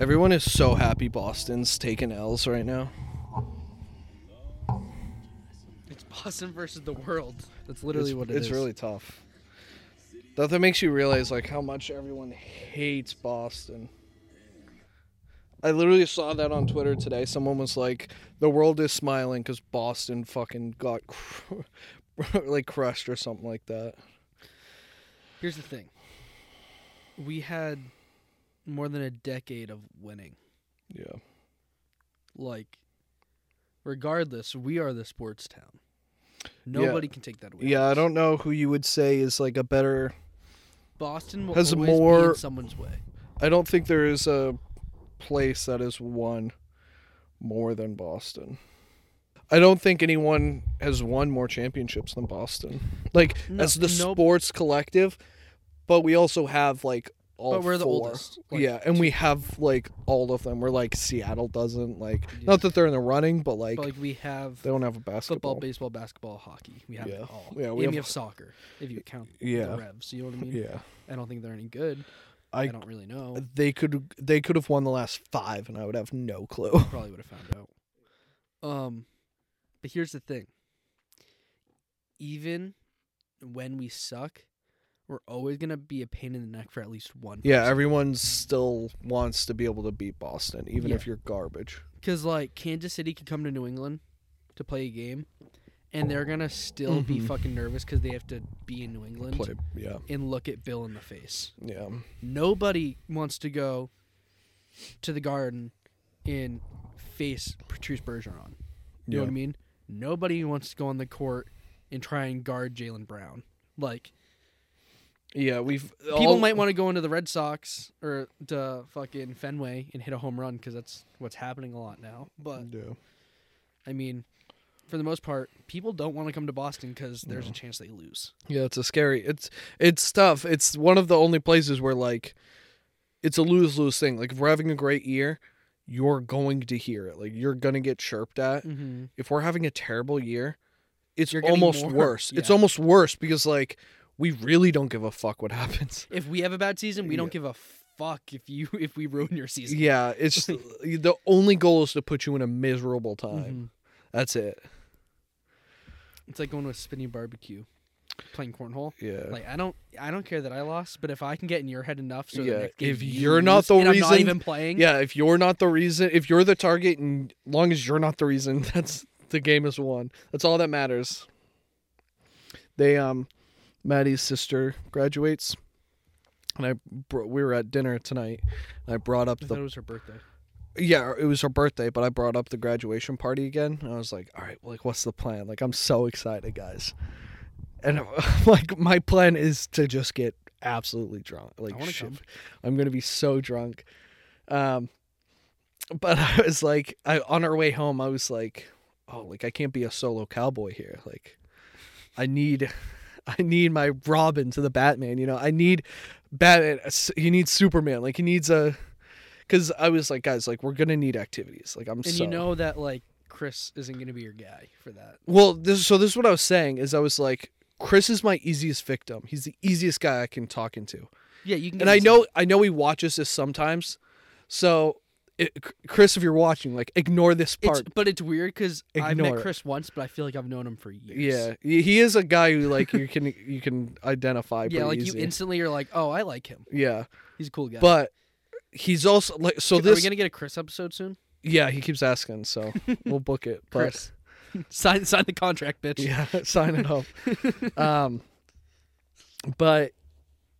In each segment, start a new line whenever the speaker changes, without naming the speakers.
Everyone is so happy Boston's taking L's right now.
It's Boston versus the world. That's literally
it's,
what it
it's
is.
really tough. That that makes you realize like how much everyone hates Boston. I literally saw that on Twitter today. Someone was like, "The world is smiling because Boston fucking got cr- like crushed or something like that."
Here's the thing. We had more than a decade of winning.
Yeah,
Like, regardless, we are the sports town. Nobody can take that away.
yeah. I don't know who you would say is like a better.
Boston will
Has
always be in
more-
someone's way.
I don't think there is a place that has won more than Boston. I don't think anyone has won more championships than Boston. Like
No-
as the
no-
sports collective, but we also have like all
But we're the
four.
oldest, like,
yeah, and we have like all of them. We're like Seattle doesn't like
Yeah.
not that they're in the running, but like,
But like we have
they don't have a
football,
basketball.
baseball, basketball, hockey. We have
Yeah.
it all.
Yeah, we
we and
have-
we have soccer if you count
Yeah.
the revs. You know what I mean?
yeah,
I don't think they're any good. I,
I
don't really know.
they could they could have won the last five, and I would have no clue.
Probably would have found out. Um, but here's the thing. Even when we suck, we're always gonna be a pain in the neck for at least one.
Yeah, everyone still wants to be able to beat Boston, even if you're garbage.
because like Kansas City could come to New England to play a game, and they're gonna still be
Mhm.
fucking nervous because they have to be in New England
Play, yeah,
and look at Bill in the face.
yeah,
nobody wants to go to the garden and face Patrice Bergeron. You know
yeah.
what I mean? Nobody wants to go on the court and try and guard Jalen Brown. Like
Yeah, we've
people might want to go into the Red Sox or to fucking Fenway and hit a home run because that's what's happening a lot now. But
do.
I mean, for the most part, people don't want to come to Boston because there's a chance they lose.
Yeah, it's a scary. It's it's tough. It's one of the only places where like, it's a lose lose thing. Like if we're having a great year, you're going to hear it. Like you're gonna get chirped at.
Mm-hmm.
If we're having a terrible year, it's
You're getting
almost
more.
worse. It's
Yeah.
almost worse because like we really don't give a fuck what happens.
If we have a bad season, we don't
Yeah.
give a fuck if you if we ruin your season.
Yeah, it's the only goal is to put you in a miserable time.
Mhm.
That's it.
It's like going to a spinning barbecue, playing cornhole.
Yeah.
Like I don't, I don't care that I lost, but if I can get in your head enough, so
Yeah,
the next game
if
you
you're not
lose
the
and I'm
reason-
not even playing,
yeah, if you're not the reason, if you're the target, and long as you're not the reason, that's the game is won. That's all that matters. They um, Maddie's sister graduates, and I br- we were at dinner tonight, and I brought up
I thought it
the
was her birthday.
yeah, it was her birthday, but I brought up the graduation party again, and I was like, all right, like what's the plan? Like I'm so excited, guys, and like my plan is to just get absolutely drunk. Like
wanna
shit,
come.
I'm gonna be so drunk. Um, but I was like, I on our way home, I was like, oh, like I can't be a solo cowboy here. Like, I need, I need my Robin to the Batman. You know, I need Batman. He needs Superman. Like he needs a. Because I was like, guys, like we're gonna need activities. Like I'm
And
so.
you know that like Chris isn't gonna be your guy for that.
Well, this so this is what I was saying is I was like, Chris is my easiest victim. He's the easiest guy I can talk into,
Yeah, you can.
and I know I know he watches this sometimes. So, it, Chris, if you're watching, like ignore this part.
it's, but it's weird because I
Ignore
met
it.
Chris once, but I feel like I've known him for years.
Yeah, he he is a guy who like you can you can identify.
yeah,
pretty
like
easy.
you instantly are like, oh, I like him.
yeah,
He's a cool guy.
but he's also like so
are
this.
we gonna get a Chris episode soon?
Yeah, he keeps asking, so we'll book it. But,
Chris, sign sign the contract, bitch.
yeah, sign it up. um, but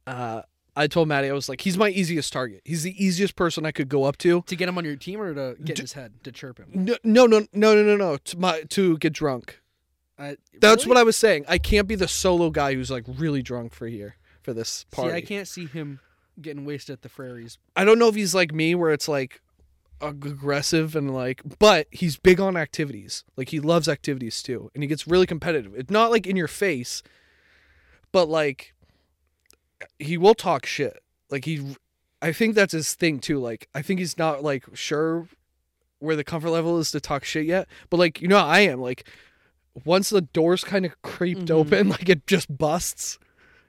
uh, I told Maddie I was like, he's my easiest target. He's the easiest person I could go up to.
To get him on your team or to get in his head to chirp him.
No, no, no, no, no, no, no. To, my, to get drunk.
I,
That's
really?
what I was saying. I can't be the solo guy who's like really drunk for here for this party.
See, I can't see him getting wasted at the Frairies.
I don't know if he's like me where it's like ag- aggressive and like but he's big on activities. Like he loves activities too and he gets really competitive. It's not like in your face but like he will talk shit. Like he I think that's his thing too. Like I think he's not like sure where the comfort level is to talk shit yet, but like you know how I am like once the doors kind of creeped
Mhm.
open like it just busts.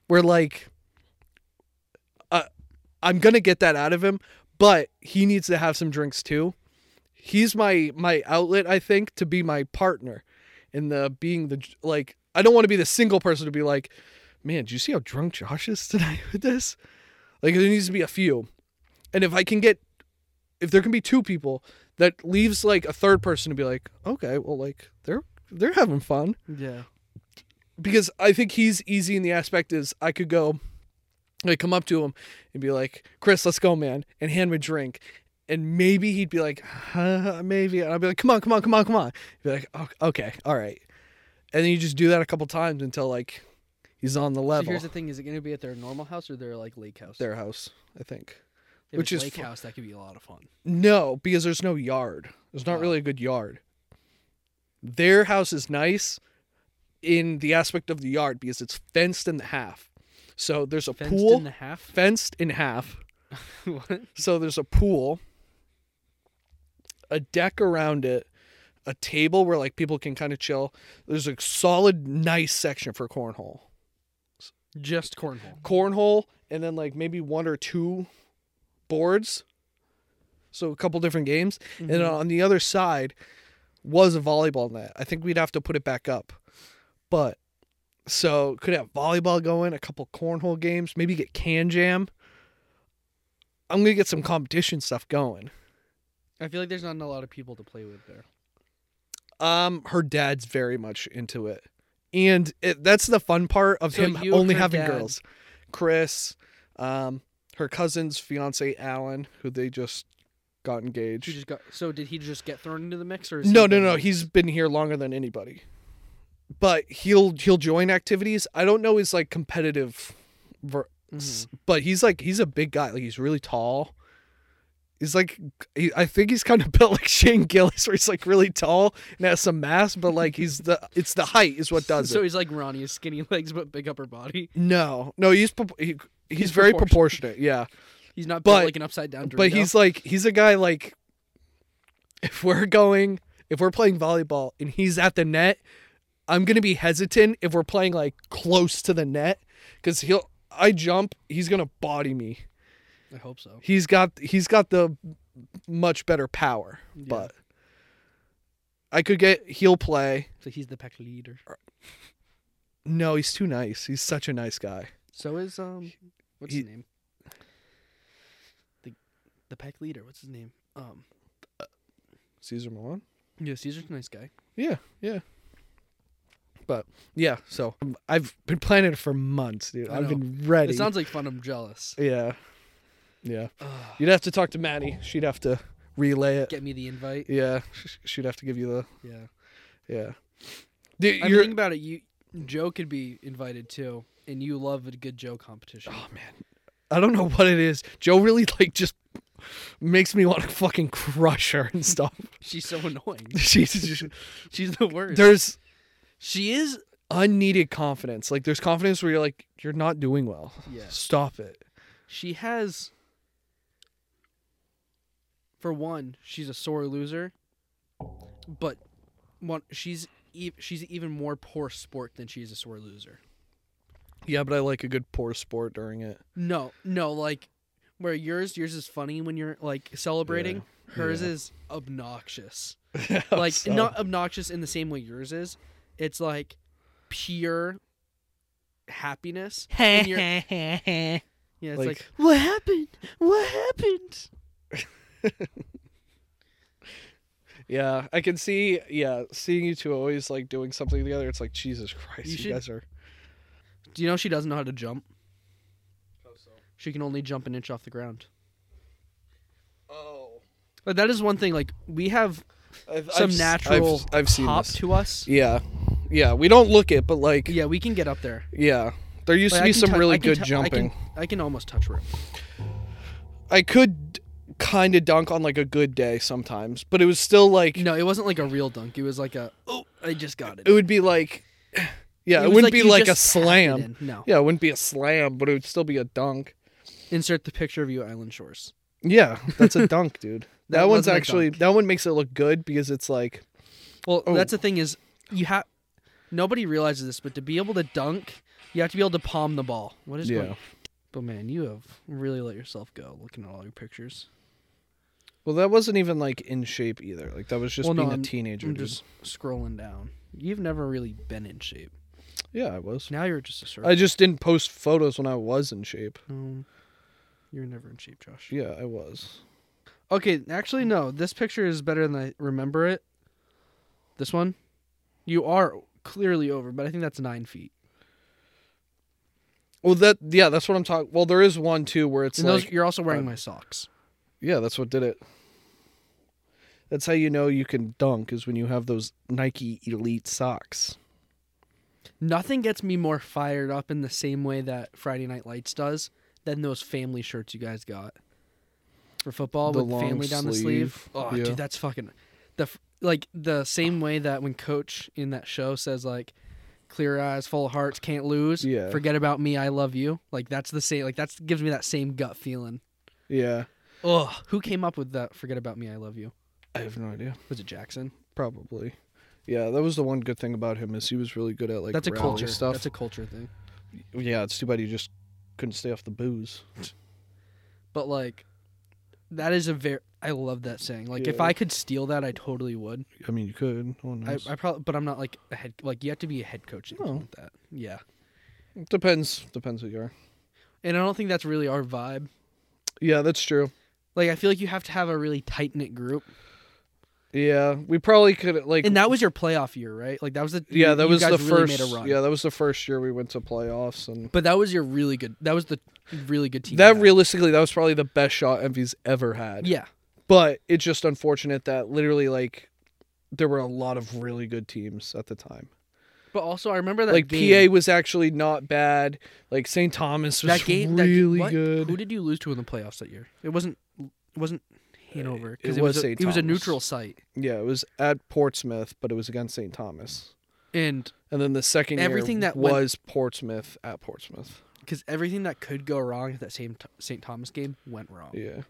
We're like I'm gonna get that out of him, but he needs to have some drinks too. He's my my outlet, I think, to be my partner in the being the like. I don't want to be the single person to be like, man, did you see how drunk Josh is tonight with this? Like, there needs to be a few, and if I can get, if there can be two people, that leaves like a third person to be like, okay, well, like they're they're having fun
Yeah.
because I think he's easy in the aspect is I could go, like come up to him and be like, Chris, let's go, man, and hand him a drink. And maybe he'd be like, huh, maybe. And I'd be like, come on, come on, come on, come on. He'd be like, "Oh, okay, all right. And then you just do that a couple times until like he's on the
So
level.
here's the thing: is it going to be at their normal house or their like lake house?
their house, I think.
If
which
it's
is
lake
fu-
house. That could be a lot of fun.
No, because there's no yard. There's not
Oh.
really a good yard. Their house is nice in the aspect of the yard because it's fenced in the half. So there's a
Fenced
pool.
in the half.
fenced in half.
what?
So there's a pool, a deck around it, a table where like people can kind of chill. There's a solid, nice section for cornhole.
Just cornhole.
Cornhole, and then like maybe one or two boards. So a couple different games. And uh,
Mhm.
on the other side was a volleyball net. I think we'd have to put it back up. But so could have volleyball going, a couple cornhole games, maybe get can jam. I'm gonna get some competition stuff going.
I feel like there's not a lot of people to play with there.
Um, her dad's very much into it, and it, that's the fun part of
So
him
you,
only
her
having
dad-
girls. Chris, um, her cousin's fiance Alan, who they just got engaged.
She just got. So did he just get thrown into the mix or? Is
No,
he
no,
been-
no. He's been here longer than anybody. But he'll he'll join activities. I don't know his like competitive, ver- s-
Mhm.
but he's like he's a big guy. Like he's really tall. He's like he, I think he's kind of built like Shane Gillis, where he's like really tall and has some mass, but like he's the it's the height is what does
so
it.
he's like Ronnie, his skinny legs but big upper body.
No, no, he's pro- he, he's,
He's
very
proportionate.
proportionate. Yeah,
He's not built
But-
like an upside down.
but he's like he's a guy like if we're going if we're playing volleyball and he's at the net i'm gonna be hesitant if we're playing like close to the net because he'll i jump he's gonna body me
I hope so.
he's got he's got the much better power
Yeah.
but i could get he'll play
So he's the pack leader.
no he's too nice he's such a nice guy
So is um, what's
he-
his name? The the pack leader. What's his name? Um,
caesar milan
yeah, Caesar's a nice guy.
yeah yeah but yeah so um, i've been planning it for months dude
I
i've
know.
been ready
It sounds like fun. I'm jealous.
Yeah. Yeah.
Ugh.
You'd have to talk to Maddie. She'd have to relay it.
Get me the invite.
Yeah. sh- She'd have to give you the
Yeah.
yeah. Dude,
I mean,
you're
think about it. You Joe could be invited too, and you love a good Joe competition.
Oh man. I don't know what it is. Joe really like just makes me want to fucking crush her and stuff.
She's so annoying.
She's just,
She's the worst.
there's
she is.
unneeded confidence. Like there's confidence where you're like you're not doing well.
Yeah.
Stop it.
She has. For one, she's a sore loser. But, one, she's e- she's even more poor sport than she is a sore loser.
Yeah, but I like a good poor sport during it.
No, no, like where yours yours is funny when you're like celebrating. Hers
yeah.
is obnoxious. like
So-
not obnoxious in the same way yours is. It's like pure happiness. and you're- yeah, it's like,
Like-
what happened? What happened?
Yeah, I can see. Yeah, seeing you two always like doing something together, it's like Jesus Christ,
You
you,
should-
guys are.
Do you know she doesn't know how to jump? She can only jump an inch off the ground.
Oh,
But that is one thing. Like we have
I've,
some
I've s-
natural
I've, I've seen
pop
this.
to us.
Yeah, yeah, we don't look it, but like, yeah,
Yeah, we can get up there.
there used
Like,
to
I
be
can
some
tou- I
really
can
good
tou-
jumping.
I can, I can almost touch room.
I, could kind of dunk on like a good day sometimes, but it was still like
No, it wasn't like a real dunk. It was like a oh, I just got it.
it would be like, yeah, it,
was
wouldn't be
you
like a
just tapped it
slam.
in. No.
Yeah, it wouldn't be a slam, but it would still be a dunk.
Insert the picture of you island shores.
Yeah, that's a dunk, dude.
That
That, one's
wasn't a
actually
dunk.
that one makes it look good because it's like
Well,
Oh.
that's the thing is you have nobody realizes this, but to be able to dunk, you have to be able to palm the ball. What is oh,
Yeah.
going? But man, you have really let yourself go looking at all your pictures.
Well, that wasn't even like in shape either. Like that was just
Well, no,
being a
I'm-
teenager.
I'm
dude.
just scrolling down. You've never really been in shape.
Yeah, I was.
Now you're just a surfer.
I just didn't post photos when I was in shape.
Um, you're never in shape, Josh.
Yeah, I was.
Okay, actually, no. This picture is better than I remember it. This one, you are clearly over, but I think that's nine feet.
Well, that yeah, that's what I'm talking. Well, there is one too where it's
and
like
those, you're also wearing
uh,
my socks.
yeah, that's what did it. That's how you know you can dunk is when you have those Nike Elite socks.
Nothing gets me more fired up in the same way that Friday Night Lights does than those family shirts you guys got for football
The
with
long
family down the
sleeve,
sleeve. Oh,
yeah.
dude, that's fucking the f- like the same way that when Coach in that show says like, "Clear eyes, full of hearts, can't lose.
Yeah.
Forget about me, I love you." Like that's the same. Like that's gives me that same gut feeling.
Yeah,
Ugh, who came up with that? Forget about me, I love you.
I have no idea.
Was it Jackson?
Probably. Yeah, that was the one good thing about him is he was really good at like
that's a
rally
culture
stuff.
That's a culture thing.
yeah, it's too bad he just couldn't stay off the booze.
But like, that is a very. I love that saying. Like, if
Yeah.
I could steal that, I totally would.
I mean, you could. Oh,
I,
nice.
I probably, but I'm not like a head. Like, you have to be a head coach to
Oh.
implement that. Yeah,
Depends. Depends who you are.
and I don't think that's really our vibe.
Yeah, that's true.
Like, I feel like you have to have a really tight knit group.
Yeah, we probably could like.
And that was your playoff year, right? Like, that was the
yeah,
you-
that
you
was
guys
the
really
first.
Made a run.
Yeah, that was the first year we went to playoffs, and
but that was your really good. That was the really good team.
that
you had.
realistically, that was probably the best shot Envy's ever had.
Yeah,
but it's just unfortunate that literally like there were a lot of really good teams at the time.
but also I remember that
Like
game,
PA was actually not bad. Like St. Thomas was
that game that,
really
what?
good. Uh,
Who did you lose to in the playoffs that year? It wasn't it wasn't Hanover because
it
it, was,
was
a,
St.
it was a
Thomas.
neutral site
yeah, it was at Portsmouth, but it was against St. Thomas.
and
And then the second
Everything
year
that went-
was Portsmouth at Portsmouth.
because everything that could go wrong at that same t- St. Thomas game went wrong.
Yeah,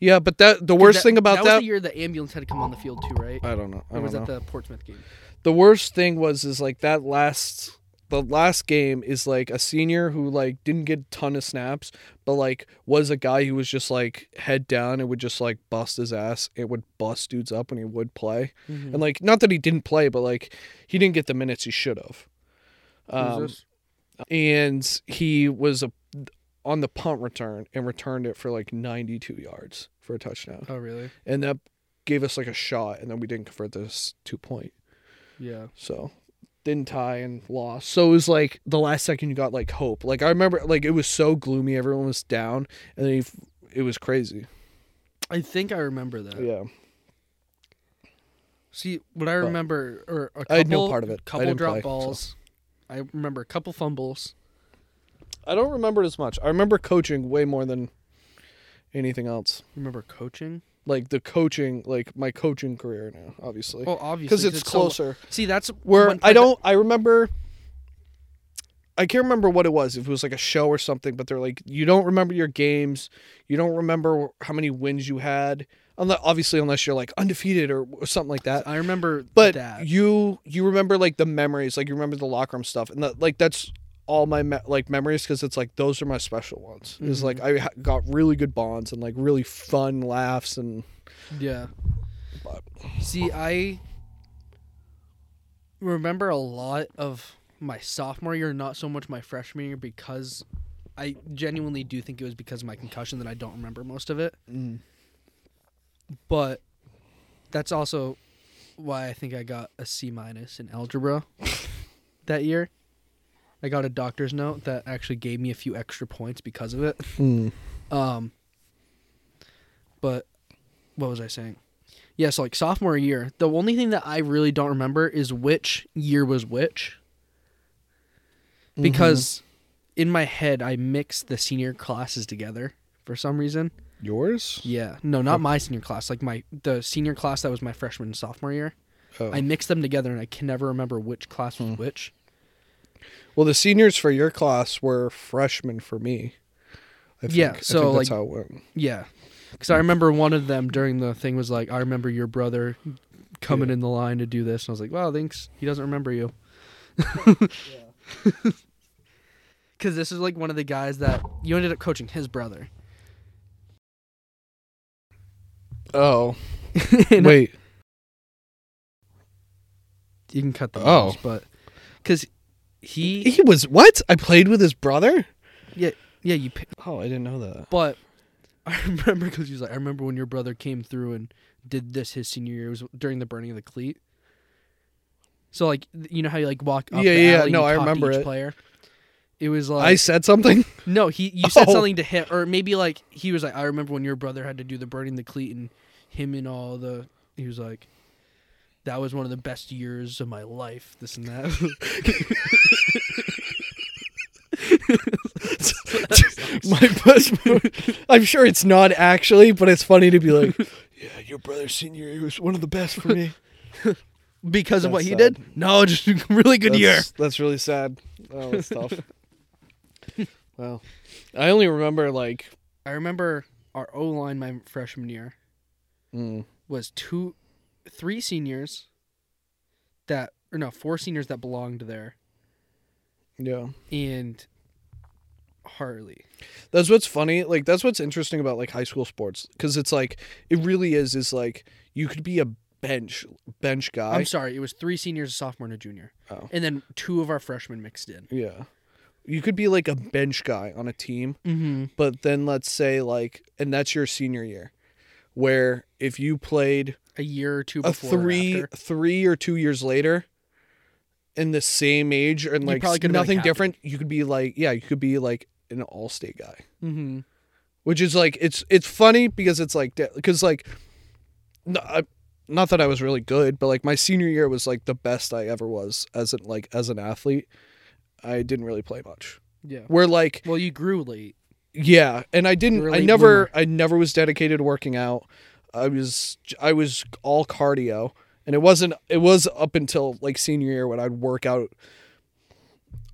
yeah, but that the
'Cause
worst thing about
that was the year the ambulance had to come on the field too, right?
I don't know. I
or
don't
was
know.
that the Portsmouth game?
the worst thing was is like that last the last game is like a senior who like didn't get a ton of snaps but like was a guy who was just like head down and would just like bust his ass it would bust dudes up when he would play and like not that he didn't play but like he didn't get the minutes he should have um, and he was a, on the punt return and returned it for like 92 yards for a touchdown
oh really?
and that gave us like a shot and then we didn't convert this two point
Yeah.
so didn't tie and lost. So it was like the last second you got like hope. Like I remember like it was so gloomy, everyone was down and then you f- it was crazy.
I think I remember that.
Yeah.
See, what I remember, or a couple,
I had no part of it. I
Couple
didn't
drop
play, so.
balls. I remember a couple fumbles.
I don't remember it as much. I remember coaching way more than anything else.
Remember coaching?
Like the coaching, like my coaching career now, obviously.
Well, obviously,
Because it's,
so-
closer.
See, that's
Where
one
I
part that-
don't I remember I can't remember what it was. If it was like a show or something, but they're like, you don't remember your games, you don't remember how many wins you had, unless, obviously unless you're like undefeated or, or something like that.
I remember
But
that.
you you remember like the memories, like you remember the locker room stuff, and that like that's all my me- like memories because it's like those are my special ones. Is like
Mm-hmm.
I ha- got really good bonds and like really fun laughs and
Yeah.
But-
See, I remember a lot of my sophomore year, not so much my freshman year, because I genuinely do think it was because of my concussion that I don't remember most of it. But that's also why I think I got a C minus in algebra that year. I got a doctor's note that actually gave me a few extra points because of it. Um, but what was I saying? Yeah, so like sophomore year, the only thing that I really don't remember is which year was which. Because in my head, I mixed the senior classes together for some reason.
yours.
Yeah, no, not my senior class. Like my the senior class that was my freshman and sophomore year.
Oh.
I mixed them together, and I can never remember which class was which.
Well, the seniors for your class were freshmen for me. I think.
Yeah,
I
so,
think that's
like-
how it went.
Yeah, because
Hmm.
I remember one of them during the thing was like, "I remember your brother coming in the line to do this," and I was like, "Wow, thanks. He doesn't remember you." Because this is like one of the guys that you ended up coaching his brother.
Oh,
And
wait.
you can cut the
Oh.
names, but because he,
He was what? I played with his brother?
yeah, you. pi-
Oh, I didn't know that.
But I remember because he was like, I remember when your brother came through and did this his senior year. It was during the burning of the cleat. So like, you know how you like walk up
Yeah,
the
yeah,
alley and
no,
you
I
talk to
remember
each
it.
Player. It was like
I said something.
No, he you said
Oh.
something to him, or maybe like he was like, I remember when your brother had to do the burning the cleat, and him and all the he was like, that was one of the best years of my life. This and that.
My best. mo- I'm sure it's not actually, but it's funny to be like, yeah, your brother's senior year was one of the best for me.
because of what
That's
he
sad.
did? No, just a really good year.
That's- That's really sad. Oh, that's tough. well, I only remember like.
I remember our O line my freshman year
mm,
was two, three seniors that or no four seniors that belonged there,
yeah.
and Harley.
That's what's funny. Like that's what's interesting about like high school sports because it's like it really is. Is like you could be a bench bench guy.
I'm sorry, it was three seniors, a sophomore, and a junior.
Oh.
And then two of our freshmen mixed in.
yeah, you could be like a bench guy on a team,
Mm-hmm.
but then let's say like, and that's your senior year, where if you played
A year or two
a
before.
three
Or after.
three or two years later. In the same age and
You
like
probably
s-
could've been a
nothing
captain.
different, you could be like, yeah, you could be like an all state guy.
Mm-hmm.
which is like it's it's funny because it's like because like no, I, not that I was really good, but like my senior year was like the best I ever was as an like as an athlete. I didn't really play much.
Yeah.
Where like
Well, you grew late.
yeah, and I didn't.
You're a
I
late
never.
bloomer.
I never was dedicated to working out. I was I was all cardio, and it wasn't. It was up until like senior year when I'd work out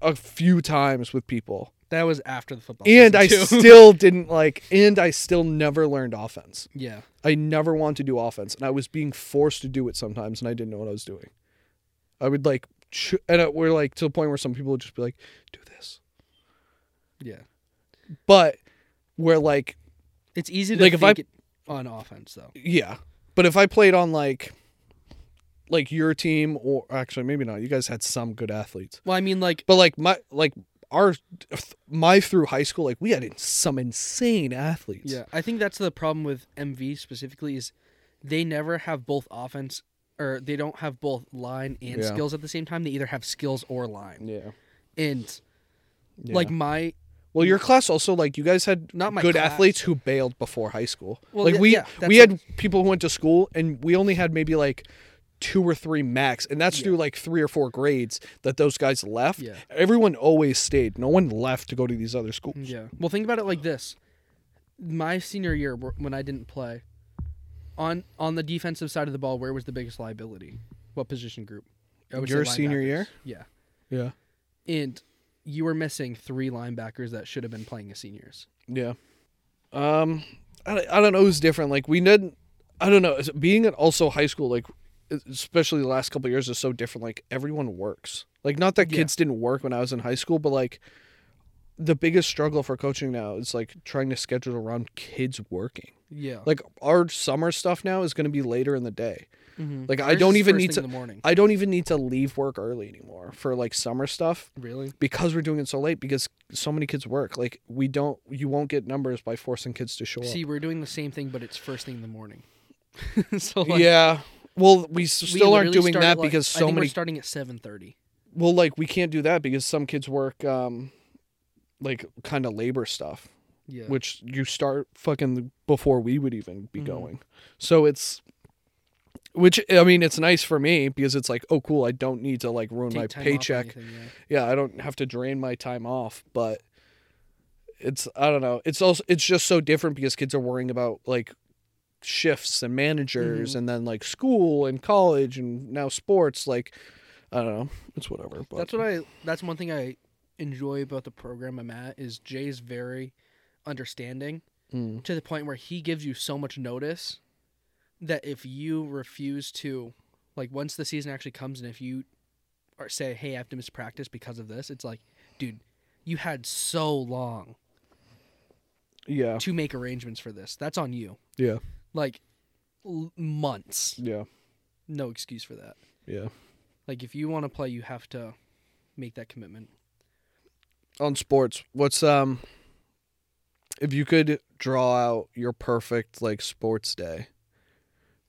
a few times with people,
That was after the football.
and
season,
I
too.
still didn't like. And I still never learned offense.
yeah.
I never wanted to do offense, and I was being forced to do it sometimes, and I didn't know what I was doing. I would like, ch- and I, we're like to the point where some people would just be like, "Do this,"
Yeah.
but we're like,
It's easy to
Like, if I-
think it on offense though.
yeah. But if I played on like, like your team, or actually maybe not, you guys had some good athletes,
Well, I mean, like
but like my like our my through high school, like we had some insane athletes.
yeah, I think that's the problem with MV specifically is they never have both offense or they don't have both line and
Yeah.
skills at the same time. They either have skills or line.
yeah,
And
yeah.
like my
Well, your class also like you guys had
Not my
good
class.
athletes who bailed before high school.
Well,
like
yeah-
we
yeah, that's
we
what-
had people who went to school and we only had maybe like two or three max, and that's
Yeah.
through like three or four grades that those guys left.
Yeah.
Everyone always stayed. No one left to go to these other schools.
Yeah. Well, think about it like this: my senior year, wh- when I didn't play, on on the defensive side of the ball, where was the biggest liability? What position group? I would say
Your senior
linebackers.
year?
Yeah,
Yeah.
and you were missing three linebackers that should have been playing as seniors.
Yeah. Um, I, don't- I don't know who's different. Like we did, I don't know. is- Being at also high school, like especially the last couple of years, is so different. Like everyone works. Like not that
Yeah.
kids didn't work when I was in high school, but like the biggest struggle for coaching now is like trying to schedule around kids working.
Yeah,
Like our summer stuff now is going to be later in the day.
Mm-hmm.
Like I don't even need
in
to.
the morning.
I don't even need to leave work early anymore for like summer stuff
Really?
because we're doing it so late because so many kids work like we don't you won't get numbers by forcing kids to show
See,
up
we're doing the same thing, but it's first thing in the morning. so like,
yeah well we s-
we
still aren't
literally
doing
start at,
that
like-
because
I
so
think
many
We're starting at seven thirty.
well like we can't do that because some kids work um like kind of labor stuff
Yeah.
which you start fucking before we would even be
Mhm.
going so it's which i mean it's nice for me because it's like oh cool i don't need to like ruin
Take
my
time off or
paycheck
anything, yeah.
yeah, I don't have to drain my time off, but it's I don't know. It's also it's just so different because kids are worrying about like shifts and managers and then like school and college and now sports like I don't know. It's whatever. But
That's what I. That's one thing I enjoy about the program I'm at is Jay's very understanding
Mm,
to the point where he gives you so much notice that if you refuse to, like, once the season actually comes and if you are say, "Hey, I have to miss practice because of this," it's like, dude, you had so long
yeah.
to make arrangements for this. That's on you.
Yeah.
Like, l- months.
Yeah.
No excuse for that.
Yeah.
Like if you want to play, you have to make that commitment.
On sports, what's um if you could draw out your perfect like sports day,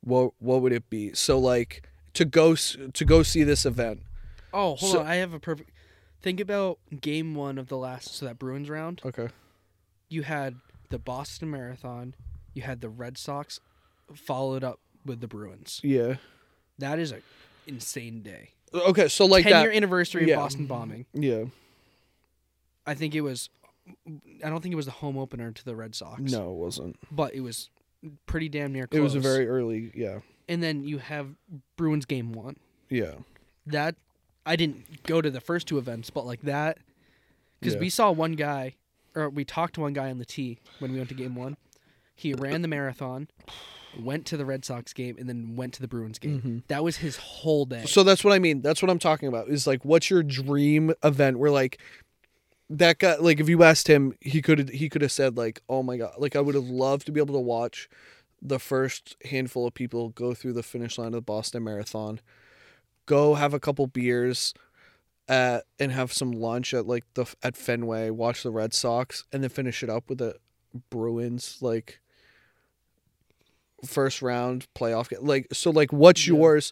what what would it be? So like to go s- to go see this event.
Oh, hold
So-
on. I have a perfect. Think about game one of the last, so that Bruins round.
Okay.
You had the Boston Marathon. You had the Red Sox, followed up with the Bruins.
Yeah.
That is a insane day.
Okay, so like
Ten
that.
year anniversary
yeah.
of Boston bombing.
yeah.
I think it was. I don't think it was the home opener to the Red Sox.
No, it wasn't.
but it was pretty damn near. Close.
It was a very early. Yeah.
And then you have Bruins game one.
Yeah.
That I didn't go to the first two events, but like that, because
Yeah.
we saw one guy, or we talked to one guy on the tee when we went to game one. He ran the marathon, went to the Red Sox game, and then went to the Bruins game.
Mm-hmm.
That was his whole day.
So that's what I mean. That's what I'm talking about. Is like, what's your dream event? Where like that guy, like if you asked him, he could he could have said like, oh my god, like I would have loved to be able to watch the first handful of people go through the finish line of the Boston Marathon, go have a couple beers. At, and have some lunch at like the at Fenway, watch the Red Sox, and then finish it up with the Bruins like first round playoff game. Like so, like what's
Yeah.
yours?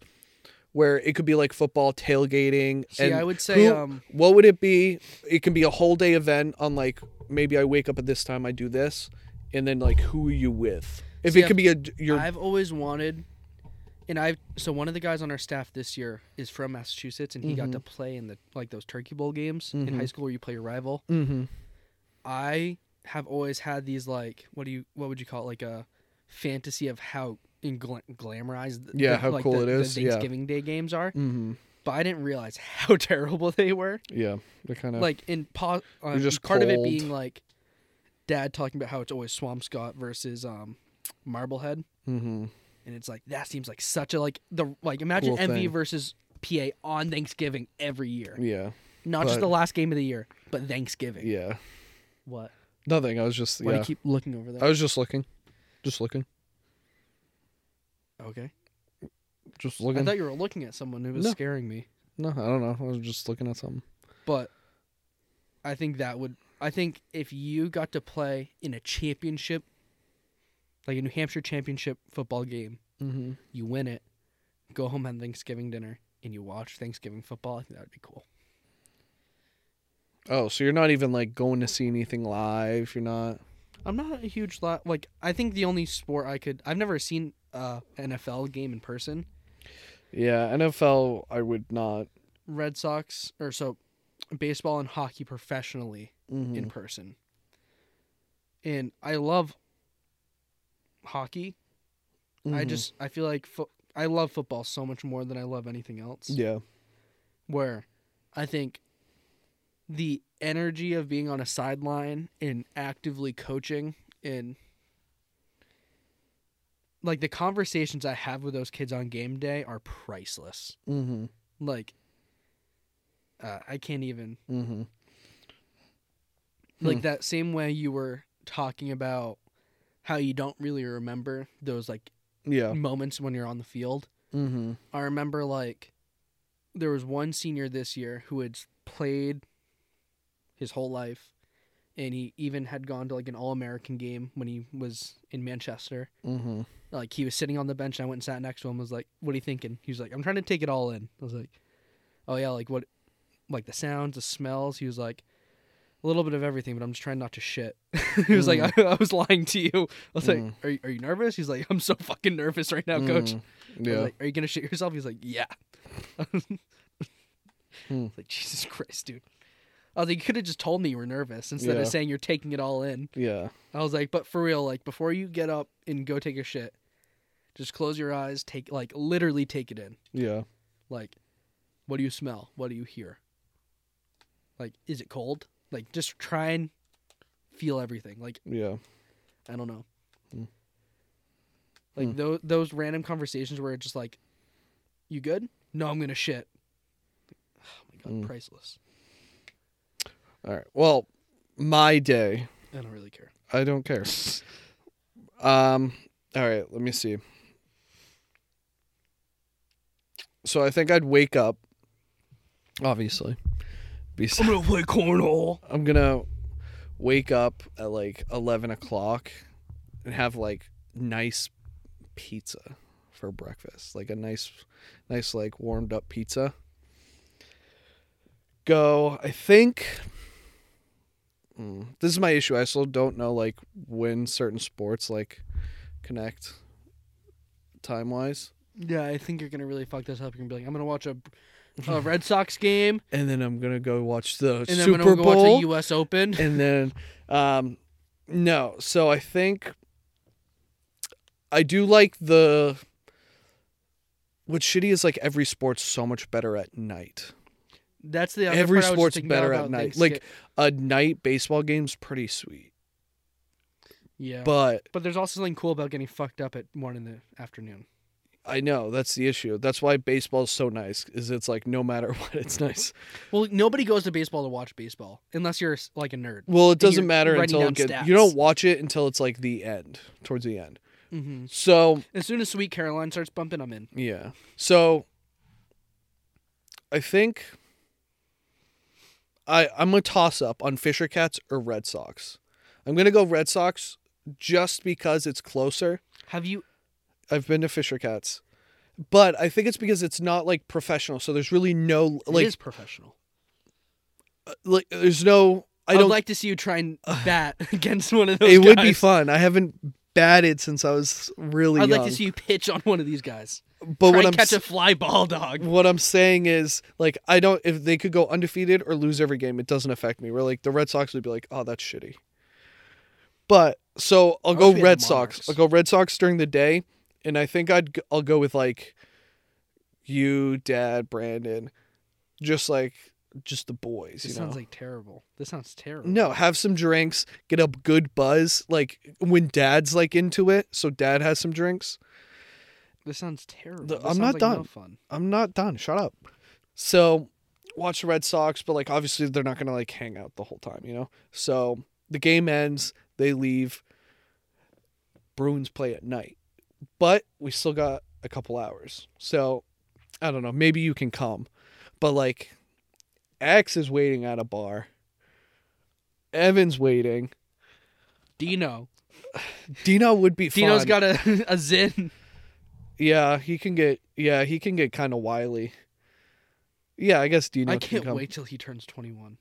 Where it could be like football tailgating.
See,
and
I would say,
who-
um,
what would it be? It can be a whole day event on like maybe I wake up at this time, I do this, and then like who are you with? If
See,
it could be a your
I've always wanted, and I've so one of the guys on our staff this year is from Massachusetts, and he
Mm-hmm.
got to play in the like those Turkey Bowl games in high school where you play your rival.
mm-hmm.
I have always had these like what do you what would you call it like a fantasy of how in gla- glamorized the-
Yeah, how
like
cool
the,
it
the
is, yeah.
Thanksgiving Day games are,
Mm-hmm.
but I didn't realize how terrible they were.
yeah, they kind of
Like in po- um,
just
part of it
cold.
being like dad talking about how it's always Swampscott versus um, Marblehead.
mm-hmm.
and it's like that seems like such a like the like imagine
Cool
MV
thing.
versus PA on Thanksgiving every year,
yeah,
not just
but-
the last game of the year, but Thanksgiving.
yeah.
What?
Nothing. I was just
Why do
yeah.
you keep looking over
I
there?
was just looking, just looking,
okay,
just
I
looking.
thought you were looking at someone who was
No.
scaring me,
no, I don't know. I was just looking at something.
but I think that would. I think if you got to play in a championship, like a New Hampshire championship football game,
Mm-hmm.
you win it, go home on Thanksgiving dinner, and you watch Thanksgiving football. I think that would be cool.
Oh, so you're not even like going to see anything live. You're not.
I'm not a huge lot like I think the only sport I could I've never seen uh NFL game in person.
Yeah, NFL. I would not.
Red Sox or so baseball and hockey professionally
Mhm.
in person. And I love hockey. I
Mhm.
just I feel like fo- I love football so much more than I love anything else.
Yeah.
Where I think the energy of being on a sideline and actively coaching and like the conversations I have with those kids on game day are priceless.
Mm-hmm.
Like uh, I can't even
Mm-hmm.
like that same way you were talking about how you don't really remember those like
Yeah.
moments when you're on the field.
Mm-hmm.
I remember like there was one senior this year who had played his whole life and he even had gone to like an all-American game when he was in Manchester.
Mm-hmm.
Like he was sitting on the bench and I went and sat next to him was like, "What are you thinking?" He was like, "I'm trying to take it all in." I was like, "Oh yeah, like what like the sounds, the smells." He was like, "A little bit of everything, but I'm just trying not to shit." he was like, I, "I was lying to you." I was
Mm.
like, "Are you, are you nervous?" He's like, "I'm so fucking nervous right now, coach."
Mm,
I was
Yeah.
like, are you gonna shit yourself? He's like, yeah. I was
Hmm.
Like Jesus Christ, dude. I was like, you could have just told me you were nervous instead
Yeah.
of saying you're taking it all in.
yeah.
I was like, but for real, like before you get up and go take a shit, just close your eyes, take like literally take it in.
Yeah.
Like, what do you smell? What do you hear? Like, is it cold? Like, just try and feel everything. Like,
Yeah.
I don't know.
Hmm.
Like
Hmm.
those those random conversations where it's just like, "You good? No, I'm gonna shit." Oh my god,
Hmm.
priceless.
All right. Well, my day.
I don't really care.
I don't care. um. All right. Let me see. So I think I'd wake up. Obviously, be
I'm gonna play cornhole.
I'm gonna wake up at like eleven o'clock and have like nice pizza for breakfast, like a nice, nice like warmed up pizza. Go. I think Mm, this is my issue. I still don't know like when certain sports like connect time wise,
Yeah, I think you're gonna really fuck this up. You're gonna be like, I'm gonna watch a, a Red Sox game,
and then I'm gonna go watch the
and then
Super
I'm gonna go
Bowl.
watch the U.S. Open.
and then um no so i think i do like the what's shitty is like every sport's so much better at night
That's the other
every
part I was just
sport's
thinking
better
about
at night
Thanksgiving.
like a night baseball game's pretty sweet
yeah, but,
but
but there's also something cool about getting fucked up at one in the afternoon.
i know that's the issue that's why baseball's so nice is it's like no matter what it's nice
Well, nobody goes to baseball to watch baseball unless you're s- like a nerd.
well it
you're
doesn't matter
writing
until
down
it get, you
stats.
don't watch it until it's like the end towards the end
Mm-hmm.
so
As soon as Sweet Caroline starts bumping, I'm in.
Yeah. So I think I I'm a toss up on Fisher Cats or Red Sox. I'm gonna go Red Sox just because it's closer.
Have you?
I've been to Fisher Cats. But I think it's because it's not like professional, so there's really no like
it is professional.
like there's no I
I would
don't
like to see you try and bat against one of those.
it would be
guys.
fun. I haven't batted since I was really
I'd
young.
like to see you pitch on one of these guys.
but
try
what
and
I'm
catch a fly ball, dog.
what I'm saying is like I don't if they could go undefeated or lose every game, it doesn't affect me. Where like the Red Sox would be like, oh, that's shitty. But so I'll
I
go
wish we had
Red
the
Sox.
Monarchs.
I'll go Red Sox during the day, and I think I'd g- I'll go with like you, Dad, Brandon, just like just the boys.
This
you know.
sounds like terrible. This sounds terrible.
No, have some drinks, get a good buzz. Like when dad's like into it, so dad has some drinks.
This sounds terrible.
The-
This
I'm
sounds
not
like No
done.
fun.
I'm not done. Shut up. So watch the Red Sox, but like obviously they're not gonna like hang out the whole time, you know? So the game ends, they leave. Bruins play at night. But we still got a couple hours. So I don't know, maybe you can come. But like X is waiting at a bar. Evan's waiting.
Dino.
Dino would be fun.
Dino's got a, a zin.
Yeah, he can get yeah, he can get kind of wily. Yeah, I guess Dino
I
can
can't
come.
wait till he turns 21.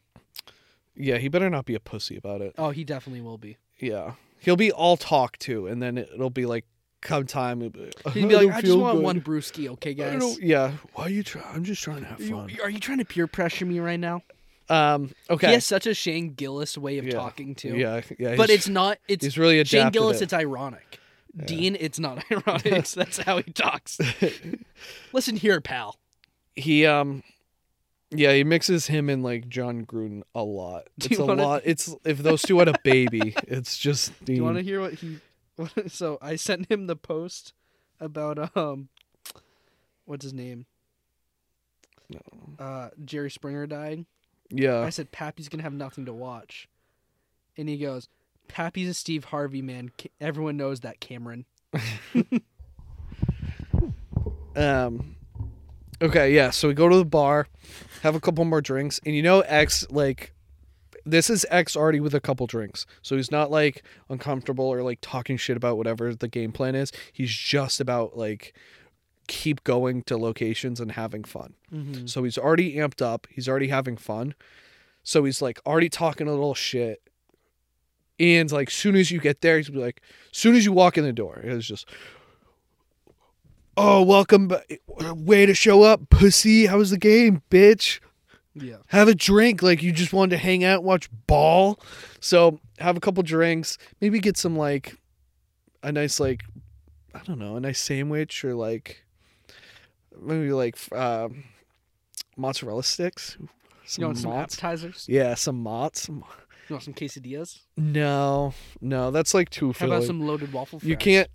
Yeah, he better not be a pussy about it.
Oh, he definitely will be.
Yeah. He'll be all talk to, and then it'll be like, come time. He'll be,
He'd be like,
don't
I, just
feel
want
good.
one brewski, okay,
I
guys?
don't- Yeah. Why are you trying? I'm just trying to have
You-
fun.
are you trying to peer pressure me right now?
Um, okay.
He has such a Shane Gillis way of
Yeah.
talking too.
Yeah. Yeah.
But
he's-
it's not. It's
he's really adapted.
Shane Gillis.
it.
It's ironic. Dean, it's not ironic. That's how he talks. Listen here, pal.
he um yeah he mixes him and like john gruden a lot
Do
it's
you
a
wanna-
lot it's if those two had a baby it's just
Do
Dean.
you want to hear what he? what- so I sent him the post about um, what's his name?
No. Oh.
Uh, Jerry Springer dying. I
yeah
said, Pappy's gonna have nothing to watch, and he goes, Pappy's a Steve Harvey man. Ca- Everyone knows that, Cameron.
um okay yeah so we go to the bar have a couple more drinks and you know x like this is x already with a couple drinks so he's not like uncomfortable or like talking shit about whatever the game plan is he's just about like keep going to locations and having fun
Mm-hmm.
So he's already amped up. He's already having fun. So he's like already talking a little shit. And like soon as you get there, he's gonna be like, soon as you walk in the door, it's just, oh welcome, ba- way to show up, pussy. How was the game, bitch?
Yeah.
Have a drink, like you just wanted to hang out, watch ball. So have a couple drinks, maybe get some like, a nice like, I don't know, a nice sandwich or like, maybe like uh, mozzarella sticks. Some
You want some
mozz.
appetizers?
Yeah, some mots.
You want some quesadillas?
No, no, that's like too
How
filling.
about some loaded waffle fries?
you can't.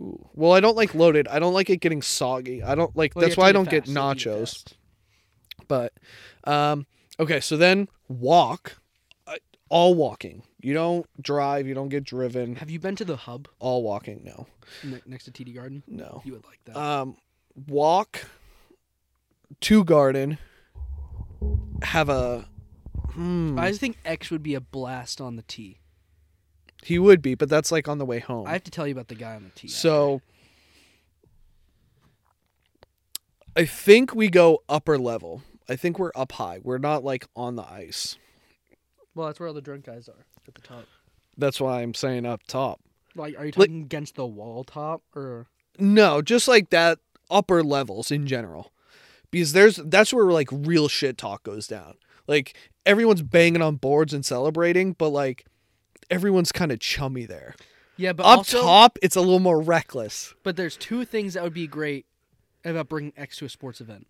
Ooh. Well, I don't like loaded. I don't like it getting soggy. I don't like.
Well, you
that's
have to
why I
eat
don't
fast.
get
You have to eat
nachos.
fast.
But, um, okay. So then walk, I- all walking. You don't drive. You don't get driven.
Have you been to the hub
All walking. No,
ne- next to TD Garden?
no.
You would like that.
Um, walk, to garden have a hmm,
I just think X would be a blast on the tee.
he would be but that's like on the way home
I have to tell you about the guy on the tee.
so i think we go upper level i think we're up high we're not like on the ice
well, that's where all the drunk guys are at the top.
that's why i'm saying up top
Like, are you talking against the wall top or?
No, just like that upper levels in general. Because there's that's where like real shit talk goes down. Like everyone's banging on boards and celebrating, but like everyone's kind of chummy there.
Yeah, but
Up
also,
top, it's a little more reckless.
But there's two things that would be great about bringing X to a sports event.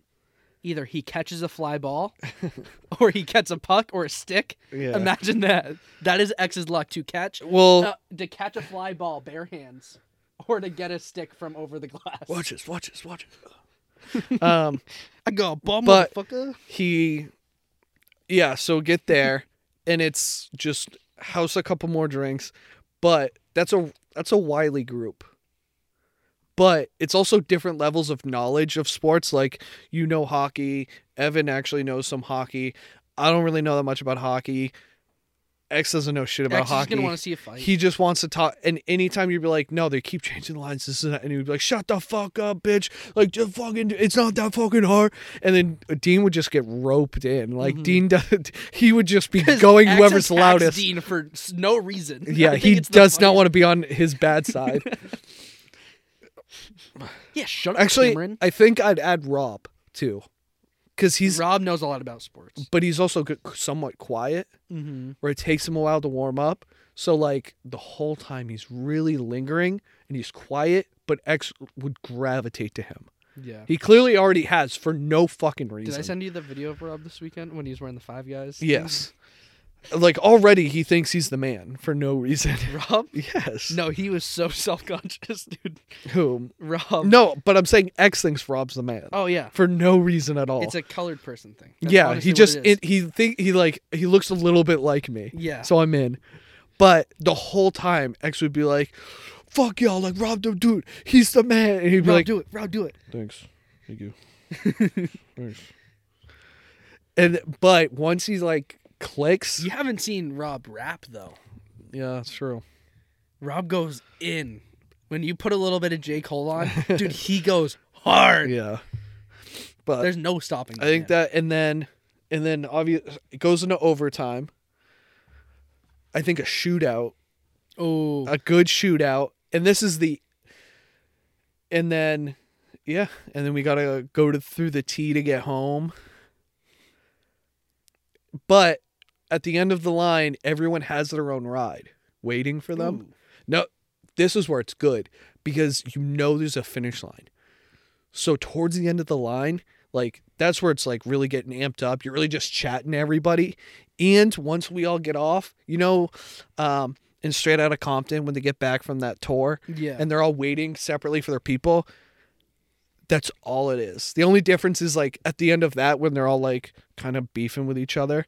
Either he catches a fly ball, or he gets a puck or a stick.
Yeah.
Imagine that. That is X's luck to catch
Well,
uh, to catch a fly ball bare hands, or to get a stick from over the glass.
watch this, watch this, watch this. um,
I got a bum,
But-
motherfucker.
he, yeah. So get there, and it's just house a couple more drinks, but that's a that's a wily group. but it's also different levels of knowledge of sports. Like you know hockey. Evan actually knows some hockey. I don't really know that much about hockey. X doesn't know shit about
X is
hockey.
gonna want to see a fight.
he just wants to talk. And anytime you'd be like, "No, they keep changing the lines," this and that, and he'd be like, "Shut the fuck up, bitch! Like, just fucking, it's not that fucking hard." And then uh, Dean would just get roped in. Like Dean, does, he would just be
Mm-hmm. 'Cause
going
X
whoever's
attacks
loudest.
Dean for s- no reason.
Yeah,
I think
he
it's the
does not
funniest-
want to be on his bad side.
Yeah, shut up,
Actually,
Cameron.
I think I'd add Rob too, because he's
Rob knows a lot about sports.
but he's also g- somewhat quiet,
Mm-hmm.
where it takes him a while to warm up. So like the whole time he's really lingering and he's quiet, but X would gravitate to him.
Yeah.
He clearly already has for no fucking reason.
Did I send you the video of Rob this weekend when he was wearing the Five Guys? thing?
yes, like already he thinks he's the man for no reason.
Rob?
yes.
No, he was so self conscious, dude.
Who?
Rob.
No, but I'm saying X thinks Rob's the man
Oh, yeah.
for no reason at all.
It's a colored person thing. That's
Oh. yeah,
honestly
he
what
just
it is.
it, he think he like he looks a little bit like me.
Yeah.
So I'm in. But the whole time X would be like, "Fuck y'all!" Like Rob, the dude, he's the man, and he'd be
Rob,
like,
do it. Rob, do it.
"Thanks, thank you, thanks." And but once he like clicks,
You haven't seen Rob rap, though.
yeah, that's true.
Rob goes in. When you put a little bit of J. Cole on, dude, he goes hard.
Yeah. But
There's no stopping
I think that, and then, and then obvious it goes into overtime. I think a shootout
Oh.
a good shootout. And this is the and then yeah, and then we gotta go to through the tee to get home. But at the end of the line, everyone has their own ride waiting for them. No, this is where it's good because you know there's a finish line. So towards the end of the line, like that's where it's like really getting amped up. You're really just chatting to everybody. And once we all get off, you know, um, and straight out of Compton when they get back from that tour
Yeah.
and they're all waiting separately for their people. That's all it is. The only difference is like at the end of that when they're all like kind of beefing with each other,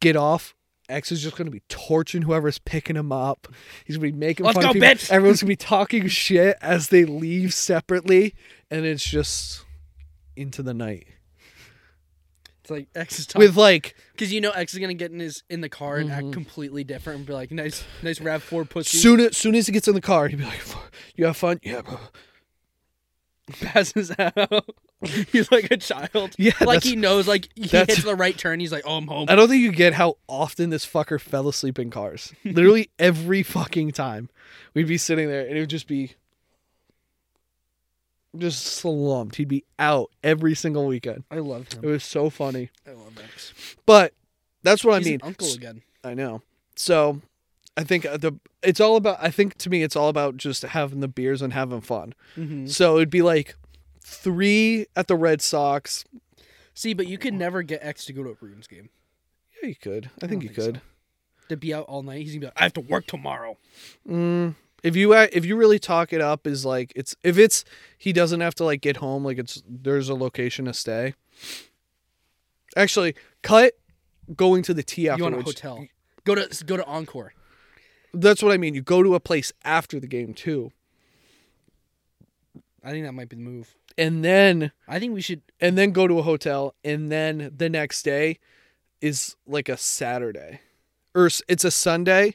get off. X is just gonna be torching whoever's picking him up. He's gonna be making
Let's
fun
go,
of people.
bitch!
Everyone's gonna be talking shit as they leave separately, and it's just into the night
it's like X is talking.
with Mm-hmm. like
Because you know X is going to get in his in the car and act completely different and be like, nice, nice Rav 4 pussy.
soon as soon as he gets in the car, he'd be like, "You have fun, yeah, bro."
passes out. he's like a child.
Yeah,
like
that's-
he knows. Like he
that's-
hits the right turn. He's like, oh, I'm home.
I don't think you get how often this fucker fell asleep in cars. Literally every fucking time. We'd be sitting there and it would just be just slumped. He'd be out every single weekend.
I love
It
him.
was so funny.
I love X.
But that's what
He's
I mean.
an uncle again.
I know. So I think uh, the it's all about I think to me it's all about just having the beers and having fun.
Mm-hmm.
So it'd be like 3 at the Red Sox.
See, but you could never get X to go to a Bruins game.
Yeah, you could. I, think
don't
you
think so.
could.
To be out all night, he's gonna be like, I have to work tomorrow.
Mm, if you a- if you really talk it up is like it's if it's he doesn't have to like get home like it's there's a location to stay. Actually, cut going to the tea
You
afterwards.
want a hotel? Go to go to Encore.
That's what I mean. You go to a place after the game too.
I think that might be the move.
and then
I think we should.
and then go to a hotel and then the next day is like a saturday or s- it's a sunday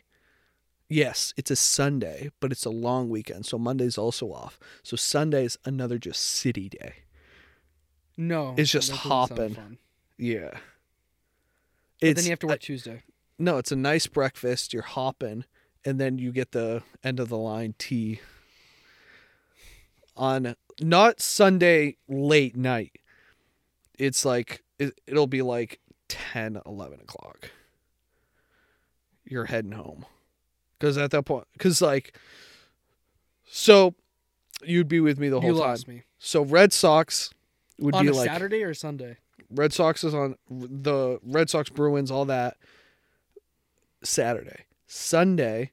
yes it's a sunday but it's a long weekend so monday's also off so sunday's another just city day
No,
It's just
that doesn't sound
hopping.
fun.
yeah
But
it's,
then you have to work
uh,
Tuesday.
no it's a nice breakfast you're hopping and then you get the end of the line tea on not sunday late night it's like it, it'll be like 10 11 o'clock you're heading home because at that point because like so you'd be with me the
you
whole time
lost me.
so red sox would
on
be
a
like
Saturday or Sunday.
Red Sox is on the Red Sox Bruins all that Saturday. Sunday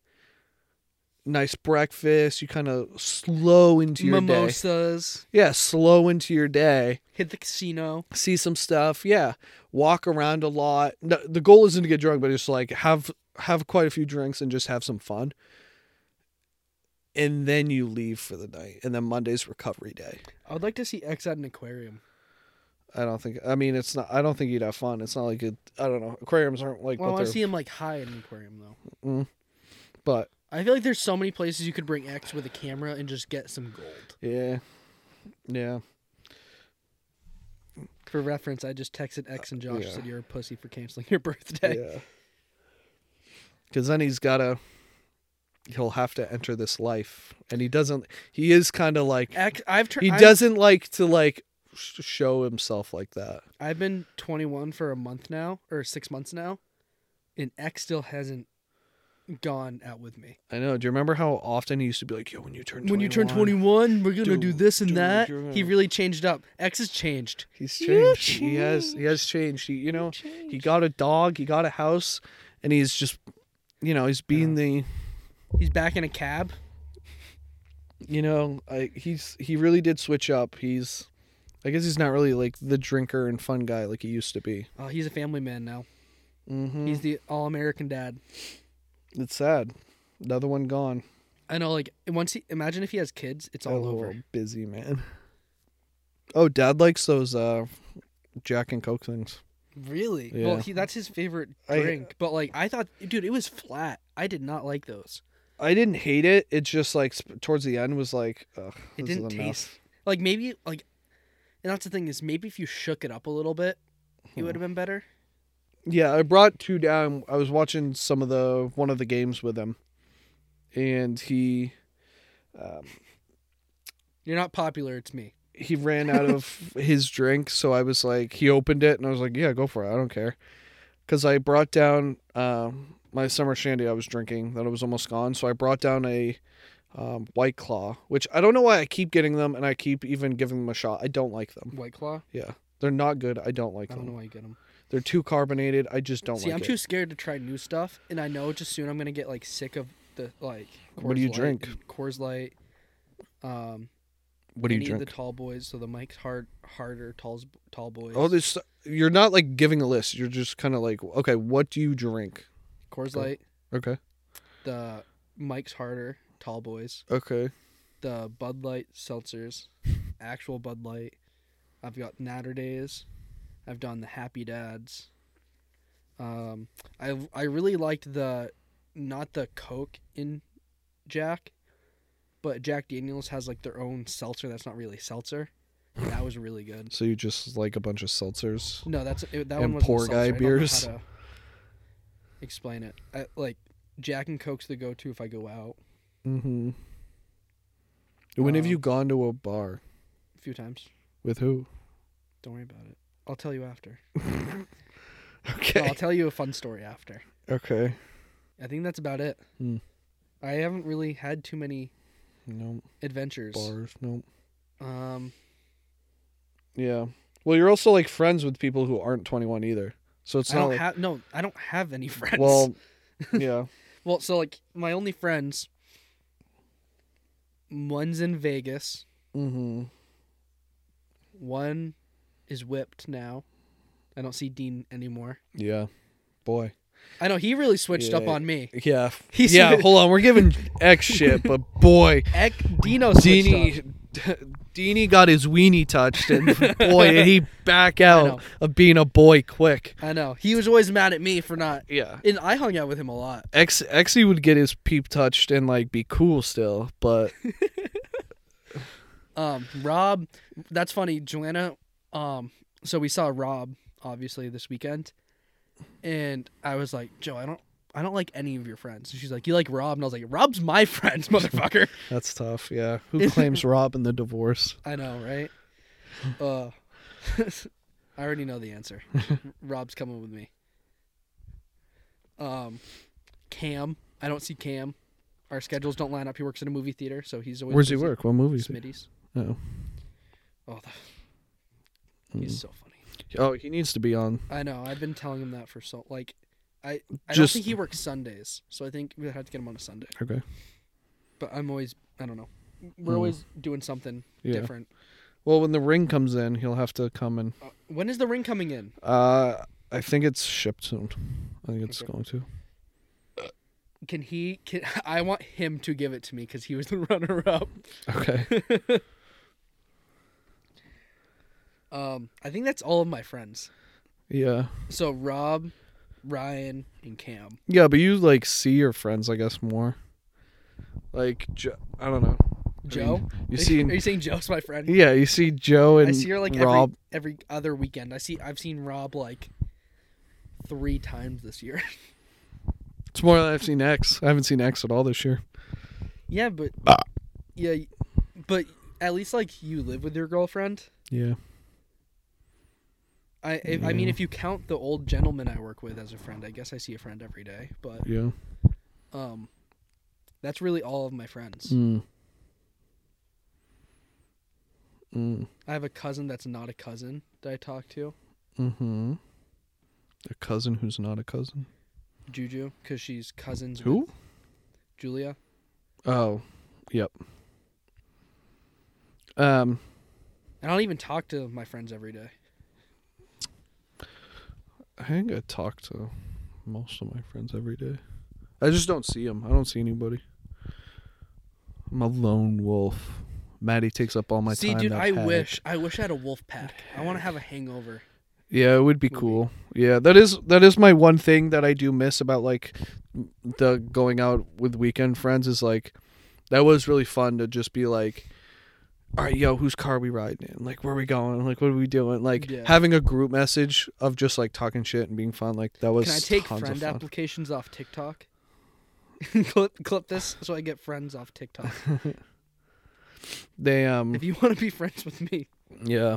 nice breakfast, you kind of slow into your day.
Mimosas.
Yeah, slow into your day.
Hit the casino.
See some stuff. Yeah. Walk around a lot. No, the goal isn't to get drunk, but just like have have quite a few drinks and just have some fun. And then you leave for the night. And then Monday's recovery day.
I would like to see X at an aquarium.
I don't think. I mean, it's not. I don't think you'd have fun. It's not like it. I don't know. Aquariums aren't like.
Well,
what
I want to
they're,
see him like high in an aquarium though.
but
I feel like there's so many places you could bring X with a camera and just get some gold.
yeah, yeah.
For reference, I just texted X and Josh
Uh, Yeah.
said you're a pussy for canceling your birthday.
Yeah. Because then he's got to, he'll have to enter this life. And he doesn't, he is kind of like,
X, I've turned.
he doesn't like to like sh- show himself like that.
I've been 21 for a month now, or six months now, and X still hasn't gone out with me.
I know. Do you remember how often he used to be like, yo, when you turn 21,
When you turn 21, we're gonna do
Dude,
this and
dude,
that.
you're gonna-
He really changed up. X has changed.
He's
You
changed. He has, he has changed. He, you know, he got a dog, he got a house, and he's just, you know, he's being the,
He's back in a cab.
you know, I, he's he really did switch up. He's, I guess he's not really like the drinker and fun guy like he used to be.
Oh, he's a family man now.
Mm-hmm.
He's the all-American dad.
It's sad. Another one gone.
I know. Like once he imagine if he has kids, it's all
oh,
over.
Busy man. Oh, Dad likes those uh, Jack and Coke things.
Really?
Oh. Yeah.
Well, he, that's his favorite
I-
drink. but like, I thought, dude, it was flat. I did not like those.
I didn't hate it. It's just like sp- towards the end was like, ugh,
It
this is
didn't
enough.
taste like maybe like. And that's the thing is maybe if you shook it up a little bit, it
Hmm.
would have been better.
Yeah, I brought two down. I was watching some of the one of the games with him, and he um,
You're not popular. It's me.
he ran out of his drink, so I was like, he opened it, and I was like, yeah, go for it. I don't care, because I brought down um, my summer shandy I was drinking that it was almost gone, so I brought down a um, white claw, which I don't know why I keep getting them, and I keep even giving them a shot. I don't like them.
White Claw.
They're not good. I don't like
I don't know
them.
why you get them.
They're too carbonated. I just don't
See,
like
I'm
it.
too scared to try new stuff, and I know just soon I'm gonna get like sick of the like. Coors
What do you
Light
drink?
and Coors Light. Um,
what do you
any
drink?
of the tall boys? So the Mike's hard, harder tall tall boys.
Oh, this you're not like giving a list. You're just kind of like, okay, what do you drink?
Coors
go.
Light,
Okay,
the Mike's harder tall boys,
okay.
the Bud Light seltzers, actual Bud Light. I've got Natter Days. I've done the Happy Dads. Um, I I really liked the, not the Coke in, Jack, but Jack Daniels has like their own seltzer that's not really seltzer. and That was really good.
So you just like a bunch of seltzers.
No, that's it, that
And
one was
poor guy beers.
explain it. I, like Jack and Coke's the go-to if I go out
Mm-hmm. When have
Um,
you gone to a bar
a few times.
with who?
Don't worry about it. I'll tell you after. No, I'll
Okay.
tell you a fun story after.
Okay.
I think that's about it.
Hmm.
I haven't really had too many
No
adventures.
bars. No.
Um,
Yeah. Well, you're also like friends with people who aren't 21 either. So it's
I
not
don't
like
have no. I don't have any friends.
well, yeah.
well, so like my only friends. One's in Vegas.
Mm-hmm.
One is whipped now. I don't see Dean anymore.
Yeah. Boy.
I know he really switched up
Yeah.
on me.
Yeah.
He's-
yeah. Hold on. We're giving X shit, but boy,
Ek, Dino switched
Dini,
up.
Deanie got his weenie touched, and boy, did he back
know.
out of being a boy quick.
I know. He was always mad at me for not.
Yeah.
And I hung out with him a lot.
X Xy would get his peep touched and like be cool still, but
Um, Rob, that's funny. Joanna, um, so we saw Rob obviously this weekend, and I was like, Joe, I don't, I don't like any of your friends. And she's like, you like Rob, and I was like, Rob's my friend, motherfucker.
that's tough. Yeah. Who claims Rob in the divorce?
I know, right? Uh, I already know the answer. Rob's coming with me. Um, Cam, I don't see Cam. Our schedules don't line up. He works in a movie theater, so he's always
Where's he
busy.
work? What movies?
Smitty's.
Oh. Hmm.
Oh, the, he's so funny.
Oh, he needs to be on.
I know. I've been telling him that for so like, I I don't
Just-
think he works Sundays, so I think we would have to get him on a Sunday.
Okay.
But I'm always I don't know. We're
Mm.
always doing something
Yeah.
different.
Well, when the ring comes in, he'll have to come and
Uh, when is the ring coming in?
uh I think it's shipped soon. I think it's
Okay.
going to.
Can he? Can I want him to give it to me because he was the runner up.
Okay.
Um, I think that's all of my friends.
yeah.
So Rob, Ryan, and Cam.
Yeah, but you like see your friends, I guess, more. Like, jo- I don't know.
Joe,
You
Are
see,
Are you saying Joe's my friend?
yeah, you see Joe and
I see her like
Rob.
every every other weekend. I see I've seen Rob like three times this year.
It's more than I've seen X. I haven't seen X at all this year.
yeah, but
Bah.
yeah, but at least like you live with your girlfriend.
Yeah.
I I- I mean,
Yeah.
if you count the old gentleman I work with as a friend, I guess I see a friend every day. But
Yeah.
um, that's really all of my friends.
Mm. Mm.
I have a cousin that's not a cousin that I talk to,
Mm-hmm. A cousin who's not a cousin.
Juju, because she's cousins. with
Who?
Julia.
Oh, yep. Um,
And I don't even talk to my friends every day.
I think I talk to most of my friends every day. I just don't see them. I don't see anybody. I'm a lone wolf. Maddie takes up all my
See,
time.
dude,
that
I
had it.
wish I wish I had a wolf pack. I want to have a hangover.
Yeah, it would be
movie.
cool. Yeah, that is that is my one thing that I do miss about like the going out with weekend friends is like that was really fun to just be like, all right, yo, whose car we riding in? Like, where we going? Like, what are we doing? Like
Yeah.
having a group message of just like talking shit and being fun. Like that was
Can I take
tons of
friend
fun.
applications off TikTok? clip clip this so I get friends off TikTok.
They um
if you want to be friends with me,
yeah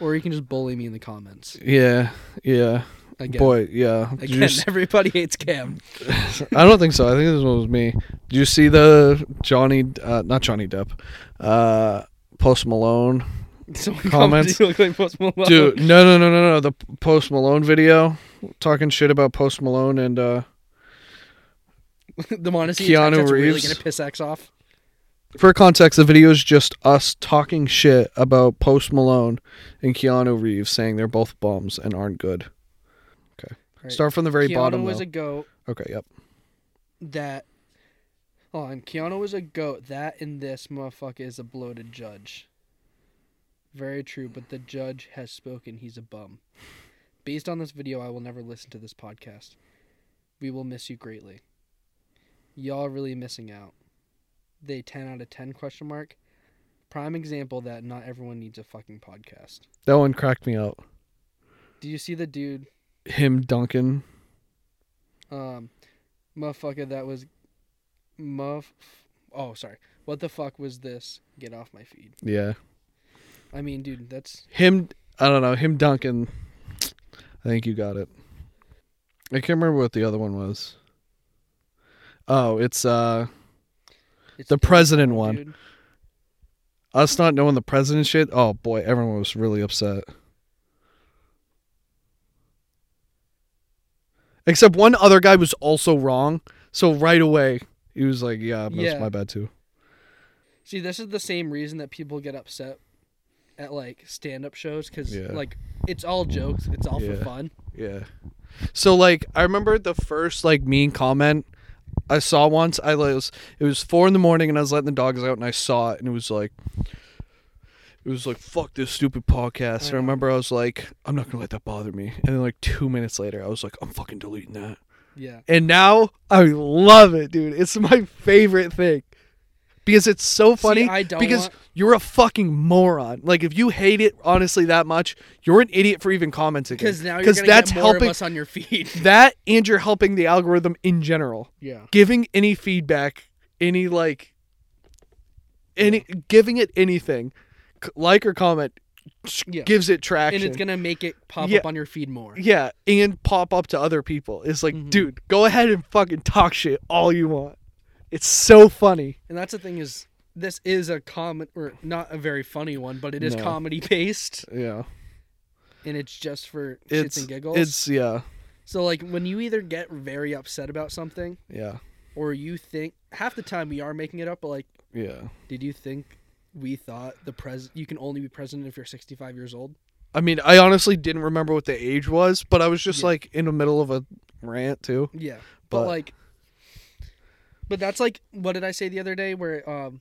or you can just bully me in the comments.
yeah yeah
Again,
boy yeah. Did you
again,
s-
everybody hates Cam.
I don't think so. I think this one was me. Did you see the Johnny, uh, not Johnny Depp, uh, Post Malone?
Someone
Comments?
commented, You look like Post Malone.
Dude, no, no, no, no, no. The Post Malone video talking shit about Post Malone and uh,
the Montesino
Keanu
Keanu really
Reeves.
gonna piss X off.
for context, the video is just us talking shit about Post Malone and Keanu Reeves saying they're both bums and aren't good. Okay,
Right.
start from the very
Keanu
bottom.
was
though.
a goat
Okay, yep.
that. Hold on, Keanu was a goat. That and this motherfucker is a bloated judge. Very true, but the judge has spoken. He's a bum. Based on this video, I will never listen to this podcast. We will miss you greatly. Y'all really missing out. They ten out of ten question mark. Prime example that not everyone needs a fucking podcast.
That one cracked me out.
Do you see the dude
Him Duncan.
um, motherfucker that was, muff. Oh, sorry. What the fuck was this? Get off my feed.
Yeah.
I mean, dude, that's
him i don't know him duncan i think you got it i can't remember what the other one was oh it's uh
it's
The
dumb,
president one.
dude.
us not knowing the president shit oh boy everyone was really upset except one other guy was also wrong so right away he was like yeah that's
Yeah.
my bad too
See, this is the same reason that people get upset at like stand-up shows because
Yeah.
like it's all jokes, it's all for
Yeah.
fun.
Yeah. So like I remember the first like mean comment I saw once. I was it was four in the morning and I was letting the dogs out and I saw it and it was like it was like fuck this stupid podcast. And I remember I was like, I'm not gonna let that bother me. And then like two minutes later, I was like, I'm fucking deleting that.
Yeah.
And now I love it, dude. It's my favorite thing because it's so funny.
I don't
because
want-
you're a fucking moron. Like if you hate it honestly that much, you're an idiot for even commenting.
Because now you're
Because
gonna
that's
get more
helping
of us on your feed.
that, and you're helping the algorithm in general.
yeah.
Giving any feedback, any like, any giving it anything, c- like or comment, s-
Yeah.
gives it traction.
And it's gonna make it pop
Yeah.
up on your feed more.
yeah, and pop up to other people. It's like,
Mhm.
dude, go ahead and fucking talk shit all you want. It's so funny.
And that's the thing is this is a common or not a very funny one, but it is
No.
comedy based
Yeah,
and it's just for shits
it's
and giggles.
it's yeah,
So like when you either get very upset about something
yeah,
or you think half the time we are making it up, but like,
yeah.
did you think we thought the pres you can only be president if you're 65 years old?
I mean, I honestly didn't remember what the age was, but I was just
Yeah.
like in the middle of a rant too.
Yeah. But,
But-
like But that's like what did I say the other day where um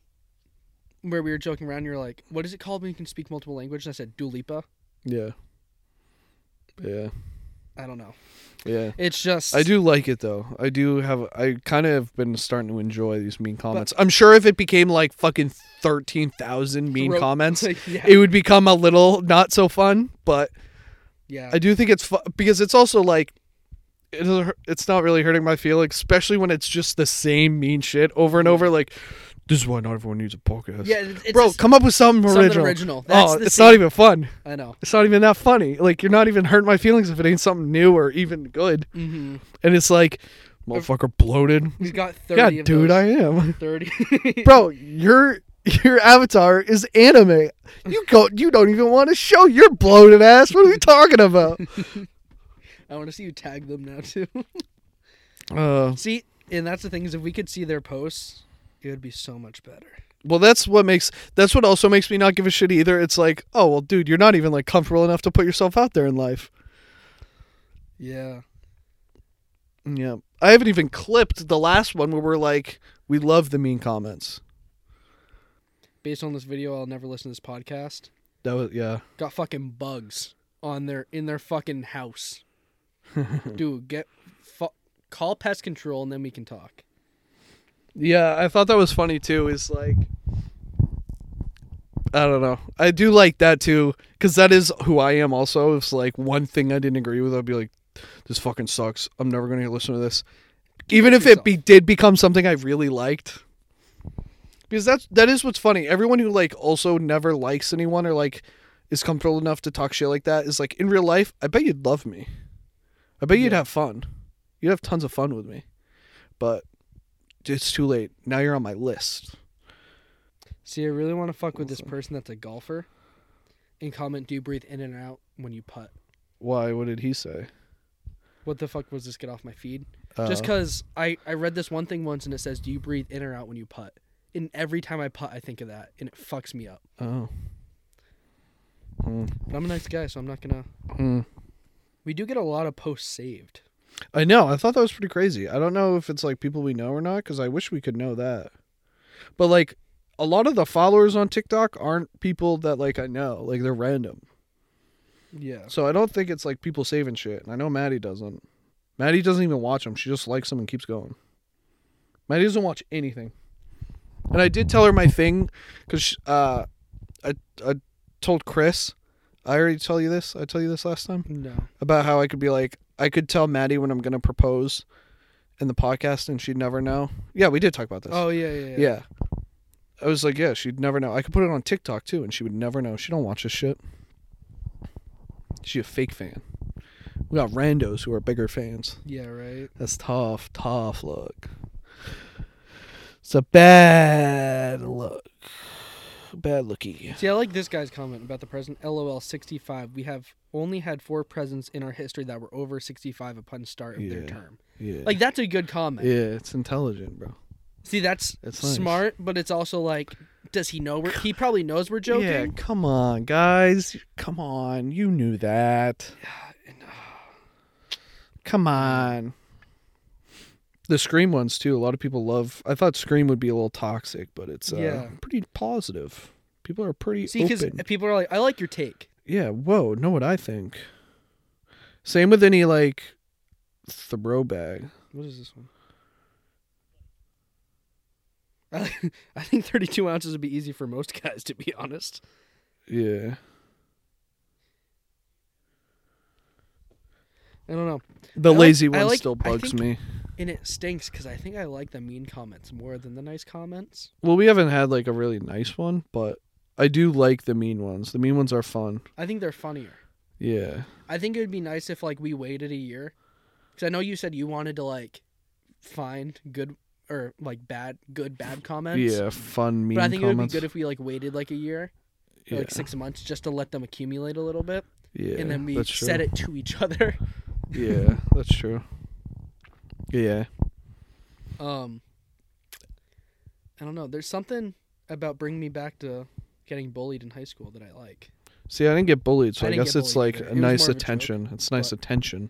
where we were joking around, you're like, What is it called when you can speak multiple languages? And I said Dulipa.
Yeah. Yeah.
I don't know.
Yeah.
It's just
I do like it though. I do have I kind of have been starting to enjoy these mean comments. I'm sure if it became like fucking 13,000 mean
throat-
comments,
like, yeah.
it would become a little not so fun, but
yeah.
I do think it's fu- because it's also like it doesn't hurt- it's not really hurting my feelings, especially when it's just the same mean shit over and over like this is why not everyone needs a podcast.
yeah, it's
Bro,
just
come up with something
something
original.
original. That's
Oh,
the
it's
same-
not even fun.
I know.
It's not even that funny. Like you're not even hurting my feelings if it ain't something new or even good.
Mm-hmm.
And it's like, motherfucker, bloated.
He's got 30
Yeah,
of
dude,
those.
I am.
30.
Bro, your your avatar is anime. You go. You don't even want to show your bloated ass. What are we talking about?
I want to see you tag them now too.
Uh,
see, and that's the thing is if we could see their posts, it would be so much better.
well, that's what makes. That's what also makes me not give a shit either. It's like, oh well, dude, you're not even like comfortable enough to put yourself out there in life.
Yeah.
Yeah, I haven't even clipped the last one where we're like, we love the mean comments.
Based on this video, I'll never listen to this podcast.
That was yeah.
Got fucking bugs on their in their fucking house. Dude, get fu- call pest control and then we can talk.
Yeah, I thought that was funny too. Is like, I don't know. I do like that too because that is who I am. Also, it's like one thing I didn't agree with. I'd be like, this fucking sucks. I'm never gonna listen to this. Even if it be, did become something I really liked, because that's that is what's funny. Everyone who like also never likes anyone or like is comfortable enough to talk shit like that is like in real life. I bet you'd love me. I bet you'd
Yeah.
have fun. You'd have tons of fun with me, but it's too late. Now you're on my list.
See, I really want to fuck with this person that's a golfer and comment do you breathe in and out when you putt.
Why? What did he say?
What the fuck was this get off my feed?
Uh,
Just because I, I read this one thing once and it says, Do you breathe in or out when you putt? And every time I putt, I think of that and it fucks me up.
oh.
But I'm a nice guy, so I'm not gonna.
Hmm.
We do get a lot of posts saved.
I know. I thought that was pretty crazy. I don't know if it's like people we know or not because I wish we could know that. But like a lot of the followers on TikTok aren't people that like I know. Like they're random.
Yeah.
So I don't think it's like people saving shit. And I know Maddie doesn't. Maddie doesn't even watch them. She just likes them and keeps going. Maddie doesn't watch anything. And I did tell her my thing because uh, I, I told Chris. I already tell you this. I tell you this last time
No.
about how I could be like, I could tell Maddie when I'm going to propose in the podcast and she'd never know. Yeah, we did talk about this.
Oh yeah, yeah, yeah.
yeah. I was like, yeah, she'd never know. I could put it on TikTok too and she would never know. She don't watch this shit. She a fake fan. We got randos who are bigger fans.
Yeah, right.
That's tough, tough look. It's a bad look. Bad looky.
See, I like this guy's comment about the president. LOL, 65. We have only had four presidents in our history that were over 65 upon start of their
Yeah.
term.
Yeah.
Like that's a good comment.
yeah, it's intelligent, bro.
See, that's
It's nice.
smart, but it's also like, does he know we're? He probably knows we're joking.
Yeah, come on, guys. Come on. You knew that. Come on. The Scream ones too. A lot of people love. I thought Scream would be a little toxic, but it's uh,
Yeah.
pretty positive. People are pretty
See, because
open.
people are like, I like your take.
Yeah, whoa, know what I think. Same with any like throwback.
What is this one? I, I think 32 ounces would be easy for most guys, to be honest.
Yeah.
I don't know.
The
I like-
lazy
I
one
like-
still
I
bugs
think-
me.
And it stinks because I think I like the mean comments more than the nice comments.
Well, we haven't had like a really nice one, but I do like the mean ones. The mean ones are fun.
I think they're funnier.
Yeah.
I think it would be nice if like we waited a year, because I know you said you wanted to like find good or like bad, good bad comments.
yeah, fun mean
But I think it would be
comments.
good if we like waited like a year, or,
yeah.
like six months, just to let them accumulate a little bit,
yeah.
and then we
that's true.
said it to each other.
Yeah, that's true. Yeah.
Um, I don't know. There's something about bringing me back to getting bullied in high school that I like.
See, I didn't get bullied, so
I
I,
didn't
guess
get
it's
bullied
like
either.
a
It was
nice
more of a joke,
attention. it's nice
but-
attention.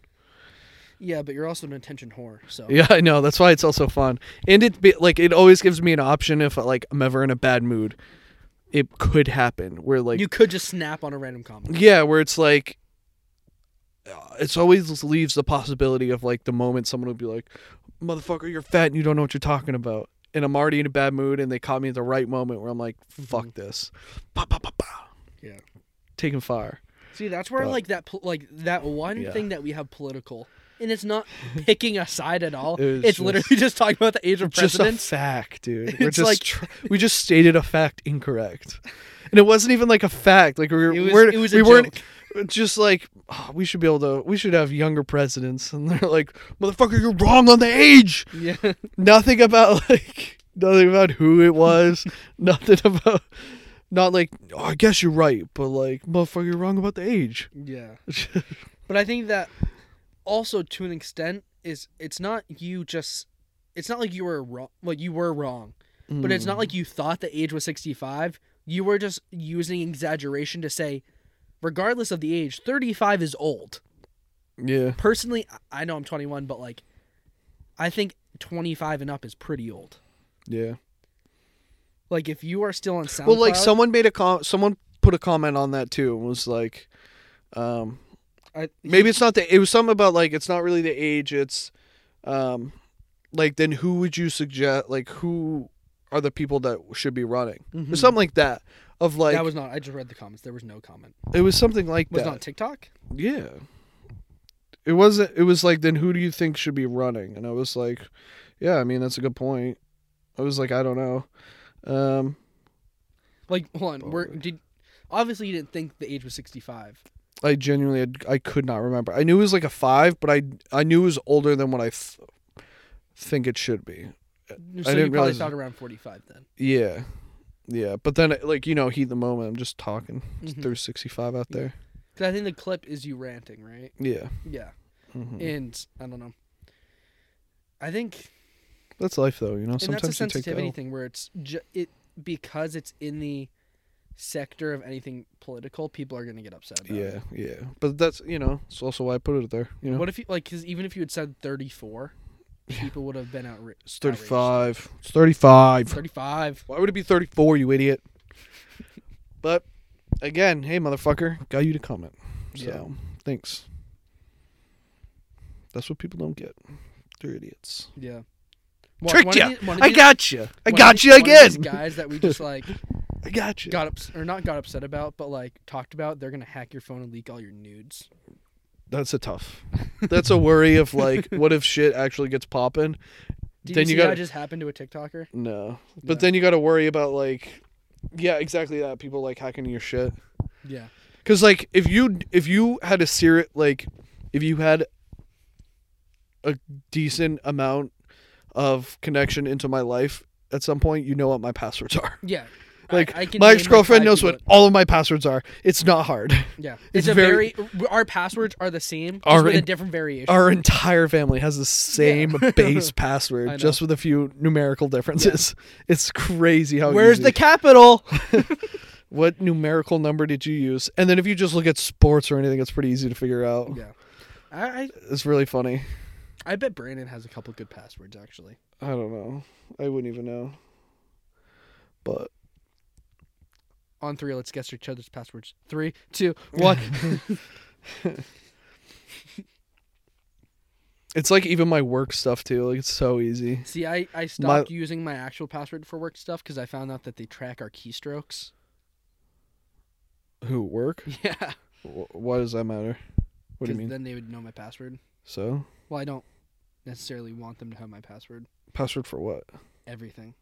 Yeah, but you're also an attention whore, so
Yeah, I know. That's why it's also fun. And it be, like it always gives me an option if like I'm ever in a bad mood. It could happen where like
you could just snap on a random comment.
yeah, where it's like uh, it's always leaves the possibility of like the moment someone would be like, "Motherfucker, you're fat and you don't know what you're talking about." And I'm already in a bad mood, and they caught me at the right moment where I'm like, "Fuck this!" Pa pa pa pa.
Mm-hmm. Yeah.
Taking fire.
See, that's where
But-
like that pol- like that one
Yeah.
thing that we have political, and it's not picking a side at all.
It was
it's
just-
literally just talking about the age of
just a
presidents.
fact, dude. We're
It's
just
like-
tr- we just stated a fact incorrect, and it wasn't even like a fact. Like we were,
It was-
we're
it was a
we weren't just like "Oh, we should be able to. We should have younger presidents, and they're like, motherfucker, you're wrong on the age.
yeah,
Nothing about like nothing about who it was. nothing about not like oh, I guess you're right, but like motherfucker, you're wrong about the age.
yeah. But I think that also to an extent is it's not you just it's not like you were wrong like you were wrong. But it's
Hmm.
not like you thought the age was 65. You were just using exaggeration to say regardless of the age, 35 is old.
yeah,
Personally, I- I know I'm 21, but like I think 25 and up is pretty old.
yeah.
Like if you are still on SoundCloud,
Well, like someone made a com- someone put a comment on that too. and was like, um,
I-
maybe it's not the. It was something about like it's not really the age. It's, um, like then who would you suggest? Like who are the people that should be running or
Mhm.
something like that? Of like
that was not I just read the comments. There was no comment.
it was something like
Was
that.
it on TikTok?
yeah. It wasn't. It was like, then who do you think should be running? And I was like, yeah, I mean that's a good point. I was like, I don't know. Um,
Like hold on, were
Probably.
did obviously you didn't think the age was 65.
I genuinely had, I could not remember. I knew it was like a five, but I I knew it was older than what I th- think it should be.
So
didn't
you probably
realize-
thought around 45 then.
Yeah, yeah. But then like you know, heat the moment. I'm just talking
Mhm.
through 65 out there.
'Cause I think the clip is you ranting, right?
Yeah,
Yeah.
hmm
And I don't know. I think
that's life though. You know,
and that's a
sometimes you take the
sensitivity
L.
thing where it's ju- it because it's in the sector of anything political, people are going to get upset about it.
Yeah, yeah. But that's you know, it's also why I put it there. You know,
What if you like cuz even if you had said 34, people would have been outraged.
it's 35. It's 35.
35.
Why would it be 34? You idiot. but again, hey motherfucker, got you to comment. So
Yeah.
thanks. That's what people don't get. They're idiots.
Yeah.
Tricked
one of
ya.
these- one of
I
these-
got you. I
one of
got
these-
you
one of
again.
these guys that we just like
I got you.
got ups- or not got upset about, but like talked about, they're going to hack your phone and leak all your nudes.
That's a tough. That's a worry of like, what if shit actually gets popping?
Did
Then you
you, see how
gotta-
I just happened to a TikToker?
No. But
No.
then you got to worry about like, yeah, exactly that. People like hacking your shit.
Yeah.
Cause like if you if you had a serious like if you had a decent amount of connection into my life at some point, you know what my passwords are.
Yeah. I-
Like
I, can
my
name,
ex girlfriend
five
knows
people
what all of my passwords are. It's not hard.
that- Yeah.
it's
It's, a
very-
very, our passwords are the same, just
Are
with a
in-
different variation.
Our entire family has the same base
I
password, just with a few numerical differences. It's crazy how.
Where's
easy.
the capital?
what numerical number did you use? And then if you just look at sports or anything, it's pretty easy to figure out.
yeah. I, I
It's really funny.
I bet Brandon has a couple good passwords actually.
I don't know. I wouldn't even know. But
on three, let's guess each other's passwords. Three, two, one.
It's like even my work stuff too. Like it's so easy.
See, I, I stopped using my actual password for work stuff because I found out that they track our keystrokes.
Who work?
Yeah.
Wh- Why does that matter? What do you mean?
Then they would know my password.
so
Well, I don't necessarily want them to have my password.
password for what?
Everything.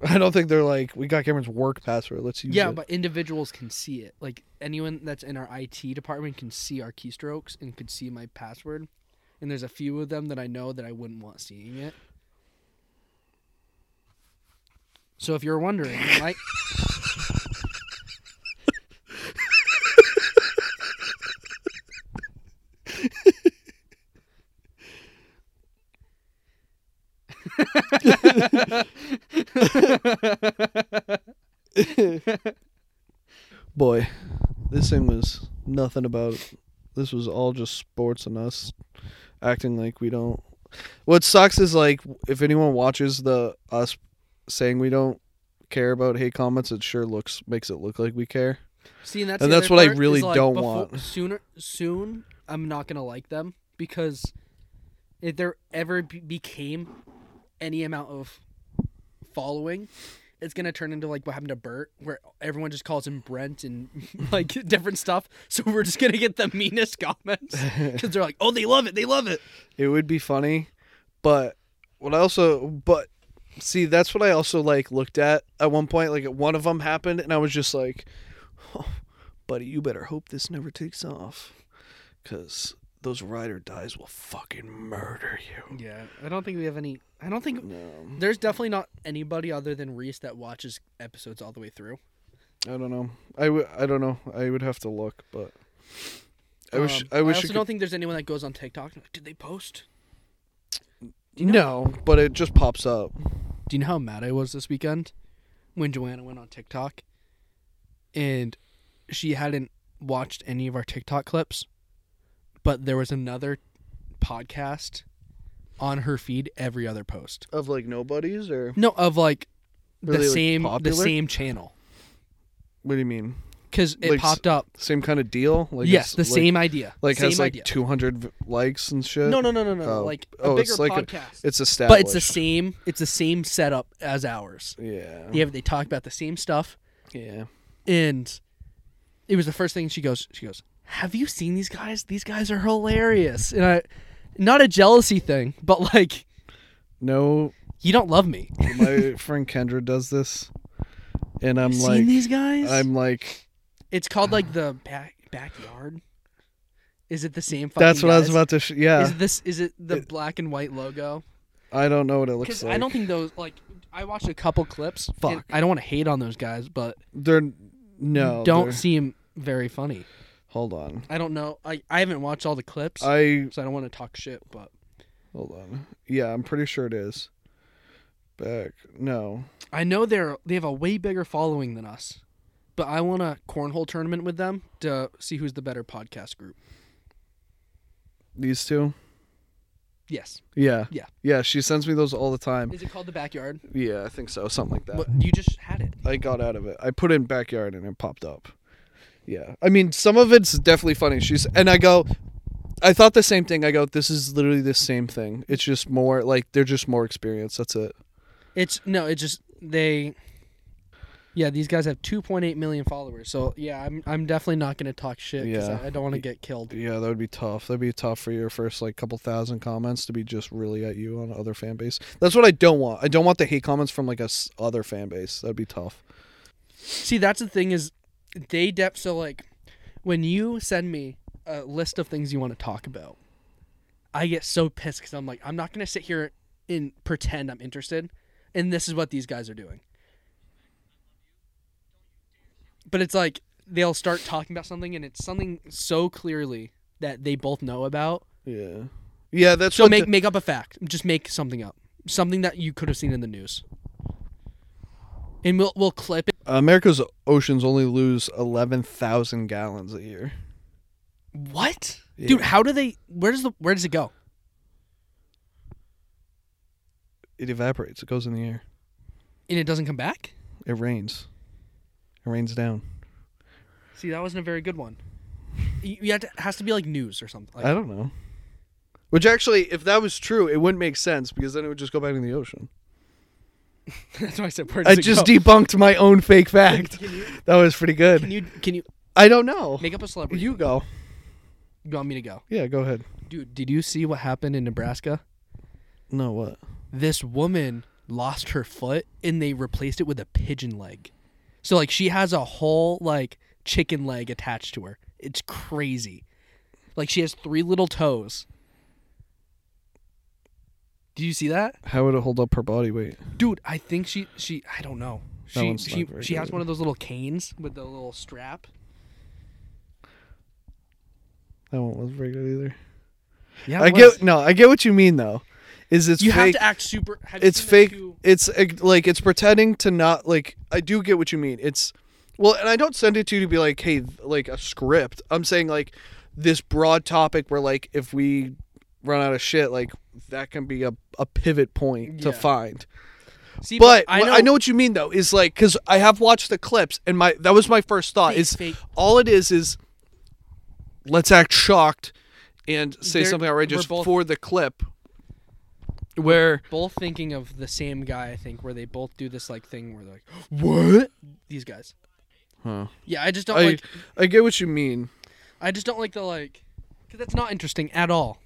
I don't think they're like we got Cameron's work password. Let's use
yeah,
it.
but individuals can see it. Like anyone that's in our IT department can see our keystrokes and could see my password. And there's a few of them that I know that I wouldn't want seeing it. So if you're wondering, like
boy, this thing was nothing about it. This was all just sports and us acting like we don't. What sucks is like if anyone watches the us saying we don't care about hate comments, it sure looks makes it look like we care.
See, and that's,
And
the
that's
other
what I
part, is,
really
like,
don't
befo-
want.
Sooner, soon, I'm not gonna like them because if there ever be- became any amount of following, it's gonna turn into like what happened to Bert, where everyone just calls him Brent and like different stuff. So we're just gonna get the meanest comments because they're like, "Oh, they love it, they love it."
It would be funny, but what I also but see that's what I also like looked at at one point. Like one of them happened, and I was just like, oh, "Buddy, you better hope this never takes off, because those ride or dies will fucking murder you."
Yeah, I don't think we have any. I don't think
No,
there's definitely not anybody other than Reese that watches episodes all the way through.
I don't know. I w- I don't know. I would have to look, but I wish
Um,
I wish
I
it
also
could-
don't think there's anyone that goes on TikTok. and, like, Did they post?
no, but it just pops up.
Do you know how mad I was this weekend when Joanna went on TikTok and she hadn't watched any of our TikTok clips, but there was another podcast on her feed every other post.
Of like nobodies or
No, of like
Were
the
they, like,
same the
popular?
same channel
what do you mean?
because it
Like, s-
popped up.
Same kind of deal? Like
yes, the
it's, like-
same idea.
like
same
has like
idea.
200 v- likes and shit.
No, no, no, no, no.
Oh.
Like a
Oh,
bigger
it's like a-
podcast,
it's established.
but it's the same. It's the same setup as ours.
yeah,
Yeah, they talk about the same stuff.
yeah.
and it was the first thing she goes she goes have you seen these guys these guys are hilarious and i not a jealousy thing but like
No,
you don't love me
my friend Kendra does this, and I'm
seen
like,
these guys
I'm like,
it's called like the back, backyard is it the same fucking
that's what I was
guys?
about to. Sh- yeah,
is this is it the black and white logo
I don't know what it looks
because
like.
i don't think those like i watched a couple clips and
Fuck.
i don't want to hate on those guys but
They're no.
don't
they're-
seem very funny
hold on.
i don't know i, I haven't watched all the clips
I
so i don't want to talk shit but
hold on. Yeah, I'm pretty sure it is. Back no.
I know they're they have a way bigger following than us, but I want a cornhole tournament with them to see who's the better podcast group.
These two.
Yes.
Yeah.
Yeah.
Yeah. She sends me those all the time.
Is it called the backyard?
Yeah, I think so. Something like that.
What, you just had it.
I got out of it. I put in backyard and it popped up. Yeah. I mean, some of it's definitely funny. She's and I go I thought the same thing. I go this is literally the same thing. It's just more like they're just more experienced. That's it.
It's no. It's just they. Yeah, these guys have 2.8 million followers. So yeah, I'm I'm definitely not gonna talk shit because
Yeah.
I, I don't want to get killed.
Yeah, that would be tough. That'd be tough for your first like couple thousand comments to be just really at you on other fan base. That's what I don't want. I don't want the hate comments from like a s- other fan base. That'd be tough.
See, that's the thing is, they dep. So like, when you send me a list of things you want to talk about, I get so pissed because I'm like, I'm not gonna sit here and pretend I'm interested, and this is what these guys are doing. But it's like they'll start talking about something, and it's something so clearly that they both know about.
Yeah. Yeah, that's
So
what
make
the-
make up a fact. Just make something up, something that you could have seen in the news. And we'll we'll clip it.
America's oceans only lose 11,000 gallons a year.
What?
Yeah.
Dude, how do they where does the where does it go?
It evaporates. It goes in the air.
And it doesn't come back?
It rains. It rains down.
See, that wasn't a very good one. You you have to, it has to be like news or something. Like,
I don't know. Which actually, if that was true, it wouldn't make sense because then it would just go back in the ocean.
that's why I said. Where
I
does it
just
go?
debunked my own fake fact.
Can you,
That was pretty
can
good.
you can you
I don't know.
make up a celebrity?
You go.
you want me to go,
Yeah, go ahead.
dude? Did you see what happened in Nebraska?
No, what?
This woman lost her foot and they replaced it with a pigeon leg. So like she has a whole like chicken leg attached to her. It's crazy. Like she has three little toes. Do you see that?
How would it hold up her body weight?
dude i think she she i don't know
That
she
one's
she,
not very
she has
good.
one of those little canes with the little strap
That one was very good either.
yeah
I get no, I get what you mean though. Is it's
you have
fake?
to act super have you
it's
seen those
fake.
two-
It's uh, like it's pretending to not like. I do get what you mean. It's well, and I don't send it to you to be like, hey, like a script. I'm saying like this broad topic where like if we run out of shit, like that can be a, a pivot point to
Yeah.
find.
see
But I know, I know what you mean though. Is like because I have watched the clips and my that was my first thought.
Fake,
is
fake.
all it is is let's act shocked and say
They're-
something
we're
outrageous
both-
for the clip. Where
both thinking of the same guy i think where they both do this like thing where they're like what these guys
Huh.
yeah i just don't
I
like
I get what you mean.
i just don't like the like because that's not interesting at all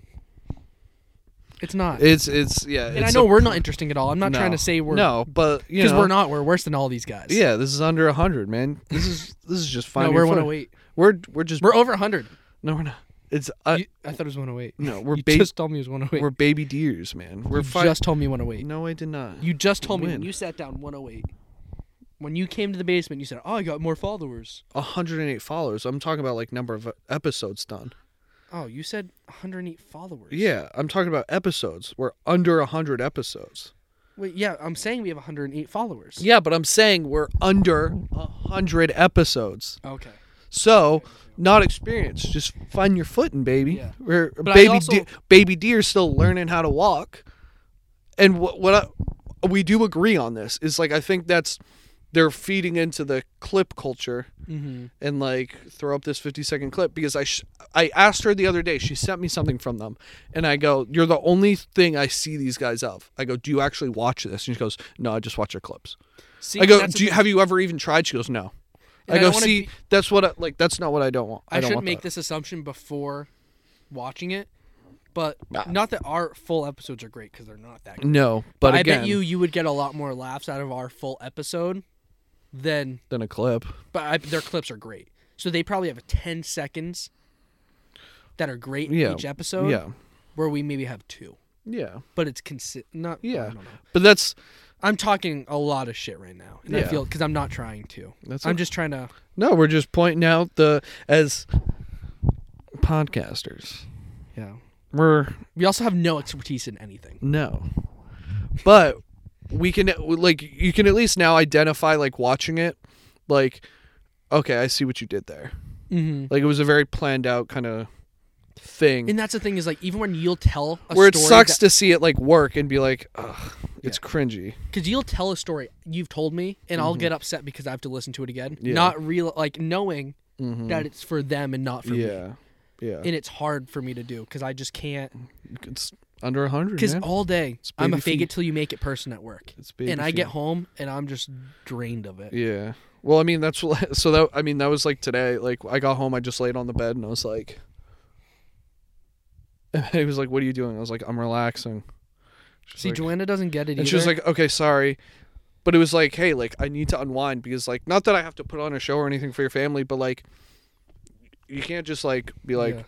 it's not
It's it's yeah.
and i
it's
know
a-
we're not interesting at all i'm not
no.
trying to say we're
no, but you
because
know,
we're not we're worse than all these guys
Yeah, this is under hundred, man. This is this is just fine.
no, we're 108
We're we're just
we're over 100
no, we're not. It's uh,
You- I thought it was 108.
no, we're
you
baby
just told me it was 108.
we're baby deers, man. We're
you
fine.
just told me 108.
No, I did not.
You just told me when
When?
you sat down 108. When you came to the basement, you said, "Oh, I got more followers."
108 followers. I'm talking about like number of e-, episodes done.
Oh, you said 108 followers.
Yeah, I'm talking about episodes. We're under 100 episodes.
Wait, yeah, I'm saying we have 108 followers.
Yeah, but I'm saying we're under 100 episodes.
Okay.
So, not experienced, just find your footing, baby.
Yeah.
We're
I
baby
also-
de- baby deer still learning how to walk. And what what I, we do agree on this is like I think that's they're feeding into the clip culture
Mm-hmm.
and like throw up this 50 second clip because I sh- I asked her the other day she sent me something from them and I go you're the only thing I see these guys of I go do you actually watch this and she goes no I just watch their clips
See,
I go
that's the
do you,
thing.
have you ever even tried she goes no I
And I
go
don't wanna
see
be-
that's what I, like that's not what I don't want I,
I
don't
should
want
make
that.
this assumption before watching it, but
Nah.
not that our full episodes are great because they're not that. Great.
no but
I
again
bet you you would get a lot more laughs out of our full episode than
then a clip
but I, their clips are great. So they probably have 10 seconds that are great in
Yeah,
each episode
yeah
where we maybe have two.
yeah
But it's consi- not I
Yeah.
don't know.
but that's
I'm talking a lot of shit right now. And I
Yeah.
feel cuz I'm not trying to.
That's
I'm
o-
just trying to
no we're just pointing out the as podcasters
yeah.
we're
We also have no expertise in anything.
No. But we can like you can at least now identify like watching it like okay, I see what you did there.
Mhm.
Like it was a very planned out kind of thing
And that's the thing is like even when you'll tell a
where it
story
sucks to see it like work and be like ugh, it's cringy.
cuz you'll tell a story you've told me and I'll get upset because I have to listen to it again.
Mm-hmm. Yeah.
Not real like knowing
Mhm.
that it's for them and not for me.
Yeah. Yeah.
And it's hard for me to do cuz I just can't
it's under 100,
Because
man.
all day I'm a
baby
fake
feet.
it till you make it person at work,
It's
and
baby
I get
feet.
home and I'm just drained of it.
Yeah. Well, I mean that's what- so that I mean that was like today. Like I got home, I just laid on the bed and I was like, he was like, "What are you doing?" I was like, "I'm relaxing." She's
See,
like-
Joanna doesn't get it either.
and she was like, "Okay, sorry," but it was like, "Hey, like I need to unwind because like not that I have to put on a show or anything for your family, but like you can't just like be like."
Yeah.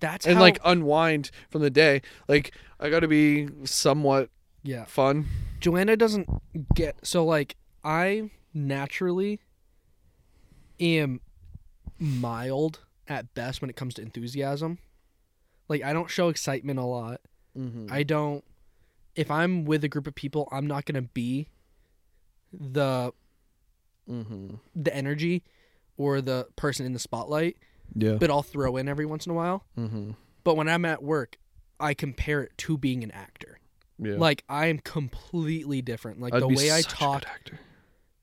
"That's
And
how,
like unwind from the day. Like I got to be somewhat
yeah."
fun.
Joanna doesn't get so like I naturally am mild at best when it comes to enthusiasm. Like I don't show excitement a lot.
Mm-hmm.
I don't. If I'm with a group of people, I'm not gonna be the
Mm-hmm.
the energy or the person in the spotlight.
Yeah.
but I'll throw in every once in a while.
mm-hmm.
But when I'm at work, I compare it to being an actor.
Yeah.
Like I am completely different. Like
I'd
the
be
way I
such a good
talk,
actor.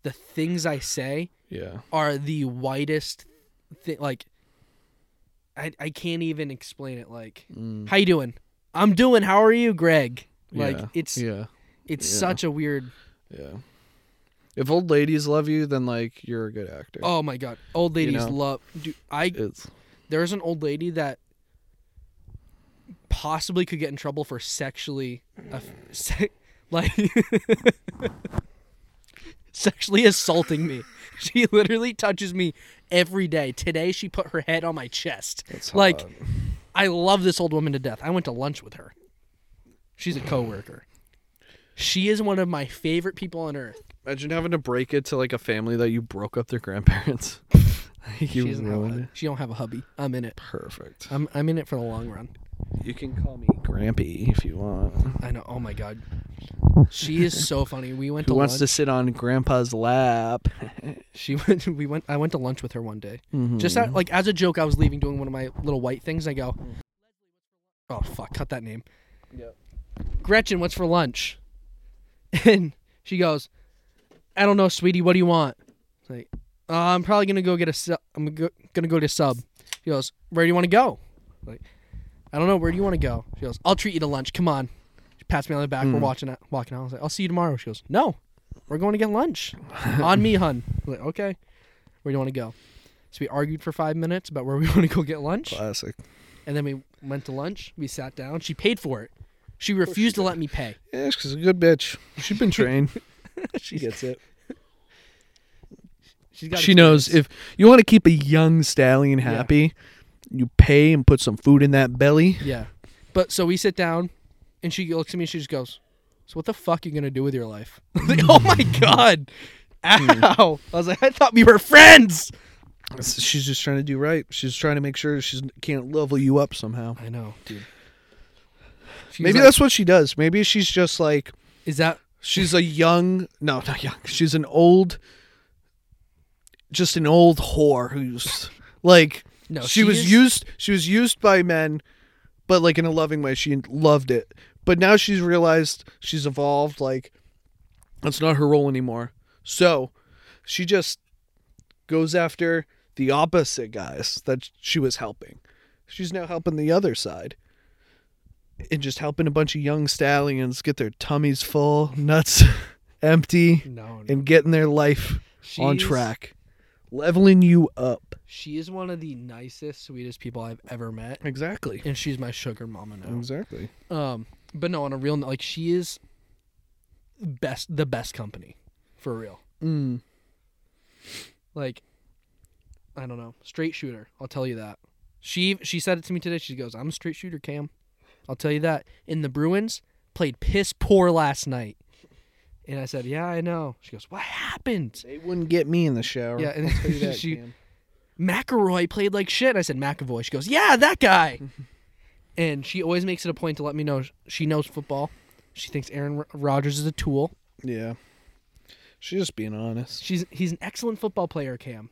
the things I say
Yeah.
are the widest th- like I I can't even explain it like
Mm.
how you doing? I'm doing. How are you, Greg? Like
Yeah.
it's
yeah.
it's
yeah.
such a weird.
Yeah. If old ladies love you, then like you're a good actor.
Oh my god, old ladies
know?
love. Dude, I
It's
there's an old lady that possibly could get in trouble for sexually aff- se- like sexually assaulting me. She literally touches me every day. Today she put her head on my chest.
it's
like
hot.
I love this old woman to death. I went to lunch with her. She's a coworker. She is one of my favorite people on earth.
imagine having to break it to like a family that you broke up their grandparents. Like, you
she doesn't have
ruined
a,
it.
she don't have a hubby. I'm in it.
Perfect.
I'm I'm in it for the long run.
You can call me Grampy if you want.
I know. Oh my god, she is so funny. We went
Who
to
wants to
lunch.
sit on Grandpa's lap?
She went. We went. I went to lunch with her one day.
Mhm.
Just at, like as a joke, I was leaving doing one of my little white things. I go, oh fuck, cut that name.
Mm. Yep.
Gretchen, what's for lunch? And she goes, I don't know, sweetie. What do you want? It's like, uh, I'm probably gonna go get a sub. I'm go- gonna go to sub. She goes, Where do you want to go? Like, I don't know. Where do you want to go? She goes, I'll treat you to lunch. Come on. She pats me on the back. We're watching it, walking out. I was like, I'll see you tomorrow. She goes, No, we're going to get lunch. on me, hun. I was like, okay. Where do you want to go? So we argued for five minutes about where we want to go get lunch.
Classic.
And then we went to lunch. We sat down. She paid for it. She refused to let me pay.
Yeah, she's a good bitch. She's been trained. she gets it.
She's got
She knows
experience.
if you want to keep a young stallion happy, you pay and put some food in that belly.
Yeah. But so we sit down and she looks at me and she just goes, So what the fuck you gonna do with your life? I was like, oh my god. Ow. I was like, I thought we were friends.
She's just trying to do right. She's trying to make sure she can't level you up somehow.
I know, dude. She was
Maybe
like,
that's what she does. Maybe she's just like
is that
she's a young, no, not young. She's an old, just an old whore who's like
No,
she,
she
was
is-
used. She was used by men, but like in a loving way. She loved it, but now she's realized she's evolved. Like that's not her role anymore. So she just goes after the opposite guys that she was helping. She's now helping the other side. And just helping a bunch of young stallions get their tummies full, nuts empty,
no, no.
and getting their life on
She's-
track. Leveling you up.
She is one of the nicest, sweetest people I've ever met.
Exactly.
And she's my sugar mama now.
Exactly.
Um but no, on a real note, like she is best the best company. For real.
Mm.
like I don't know, straight shooter. I'll tell you that. She she said it to me today. She goes, "I'm a straight shooter, Cam." I'll tell you that. In the Bruins played piss poor last night, and I said, "Yeah, I know." She goes, "What happened?"
They wouldn't get me in the shower.
Yeah, and
I'll tell you that,
she-
Cam.
McElroy played like shit. I said, "McAvoy." She goes, "Yeah, that guy." and she always makes it a point to let me know sh- she knows football. She thinks Aaron Ro- Rodgers is a tool.
Yeah. She's just being honest.
She's he's an excellent football player, Cam,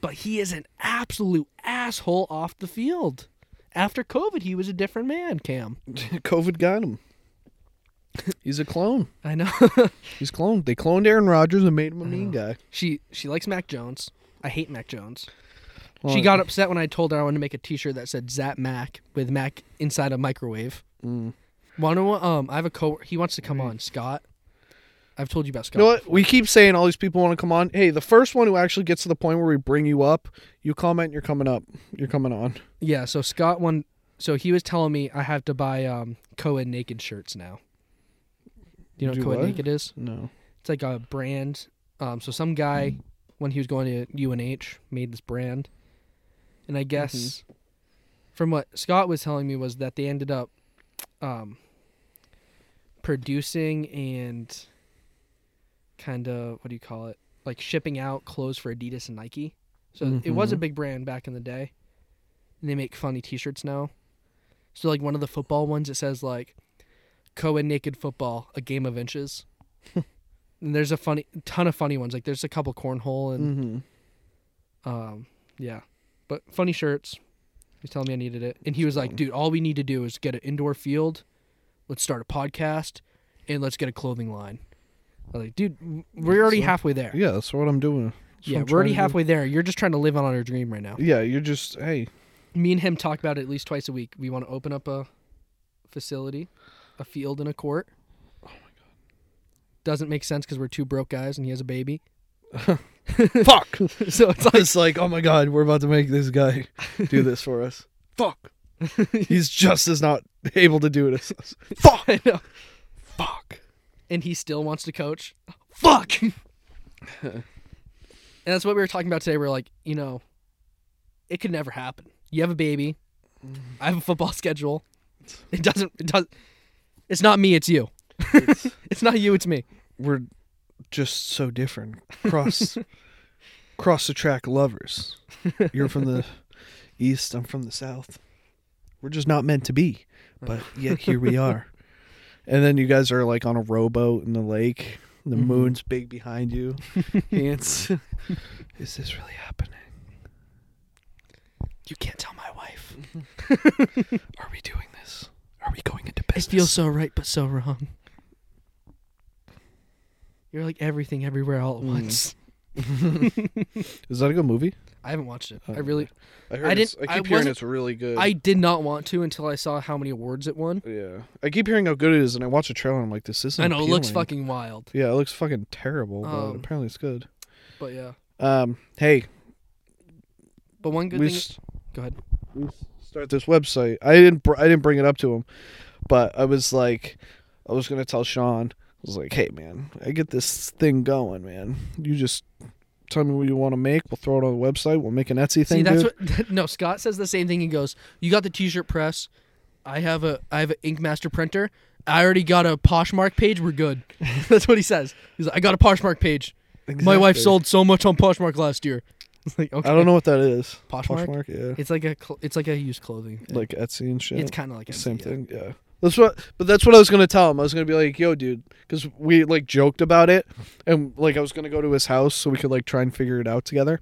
but he is an absolute asshole off the field. After COVID, he was a different man, Cam.
COVID got him. He's a clone.
I know.
He's cloned. They cloned Aaron Rodgers and made him a mean guy.
she she likes Mac Jones. I hate Mac Jones.
Well,
she got upset when I told her I wanted to make a T-shirt that said "Zap Mac" with Mac inside a microwave.
Mm.
One of one- um, I have a co. He wants to come on, Scott. I've told you about Scott.
You know what? We keep saying all these people want to come on. Hey, the first one who actually gets to the point where we bring you up, you comment, you're coming up. You're coming on.
Yeah, so Scott one so he was telling me I have to buy um Cohen naked shirts now. Do you know
Do
what Cohen
what?
naked is?
No.
It's like a brand. Um so some guy when he was going to UNH made this brand. And I guess from what Scott was telling me was that they ended up um producing and kind of what do you call it? Like shipping out clothes for Adidas and Nike. So it was a
Mhm.
big brand back in the day. And they make funny t-shirts now. So like one of the football ones it says like Cohen Naked Football, a game of inches. and there's a funny ton of funny ones. Like there's a couple cornhole and
Mm-hmm. Mm.
um, yeah, but funny shirts. He was telling me I needed it, and he was like, "Dude, all we need to do is get an indoor field, let's start a podcast, and let's get a clothing line." I was like, "Dude, w- we're already
So-
halfway there."
Yeah, Mm-hmm. that's what I'm doing. That's what
yeah,
I'm
we're
trying to
already
do.
halfway there. You're just trying to live on our dream right now.
Yeah, you're just hey.
Me and him talk about it at least twice a week. We want to open up a facility, a field and a court. Oh my god. Doesn't make sense because we're two broke guys and he has a baby.
Fuck.
So it's like
it's like, oh my god, we're about to make this guy do this for us. Fuck. He's just as not able to do it as us. Fuck.
I know.
Fuck.
and he still wants to coach.
Fuck.
And that's what we were talking about today. We are like, you know, it could never happen. You have a baby. I have a football schedule. It doesn't. It does. It's not me. It's you.
It's-
It's not you. It's me.
we're just so different. Cross cross the track lovers. You're from the east, I'm from the south. We're just not meant to be. But yet here we are. And then you guys are like on a rowboat in the lake. The
Mhm.
moon's big behind you. Ants. Is this really happening?
You can't tell my wife.
Are we doing this? Are we going into
It
business?
feels so right, but so wrong. You're like everything, everywhere, all at
Mm.
once.
Is that a good movie?
I haven't watched it.
Oh,
I really,
heard
I
it's-
didn't-
I
I
keep hearing
wasn't-
it's really good.
I did not want to until I saw how many awards it won.
yeah. I keep hearing how good it is, and I watch a trailer and I'm like, this isn't.
I know it looks
appealing.
fucking wild,
Yeah, it looks fucking terrible, but
Um,
apparently it's good.
but yeah.
Um, hey,
But one good
we
thing.
s-
Go ahead.
we s- start this website. I didn't br- I didn't bring it up to him, but I was like, I was gonna tell Sean. I was like, hey man, I get this thing going, man. You just tell me what you want to make. We'll throw it on the website. We'll make an Etsy thing.
See, that's
dude."
what no. Scott says the same thing. He goes, "You got the T-shirt press. I have a I have an Ink Master printer. I already got a Poshmark page. We're good." that's what he says. He's like, "I got a Poshmark page. My wife
Exactly.
sold so much on Poshmark last year." It's like okay.
I don't know what that is.
Poshmark?
yeah.
It's like a cl- it's like a used clothing. thing.
like Etsy and shit.
it's kind of like Etsy,
same
yeah.
thing. Yeah. That's what, but that's what I was gonna tell him. I was gonna be like, "Yo, dude," because we like joked about it, and like I was gonna go to his house so we could like try and figure it out together,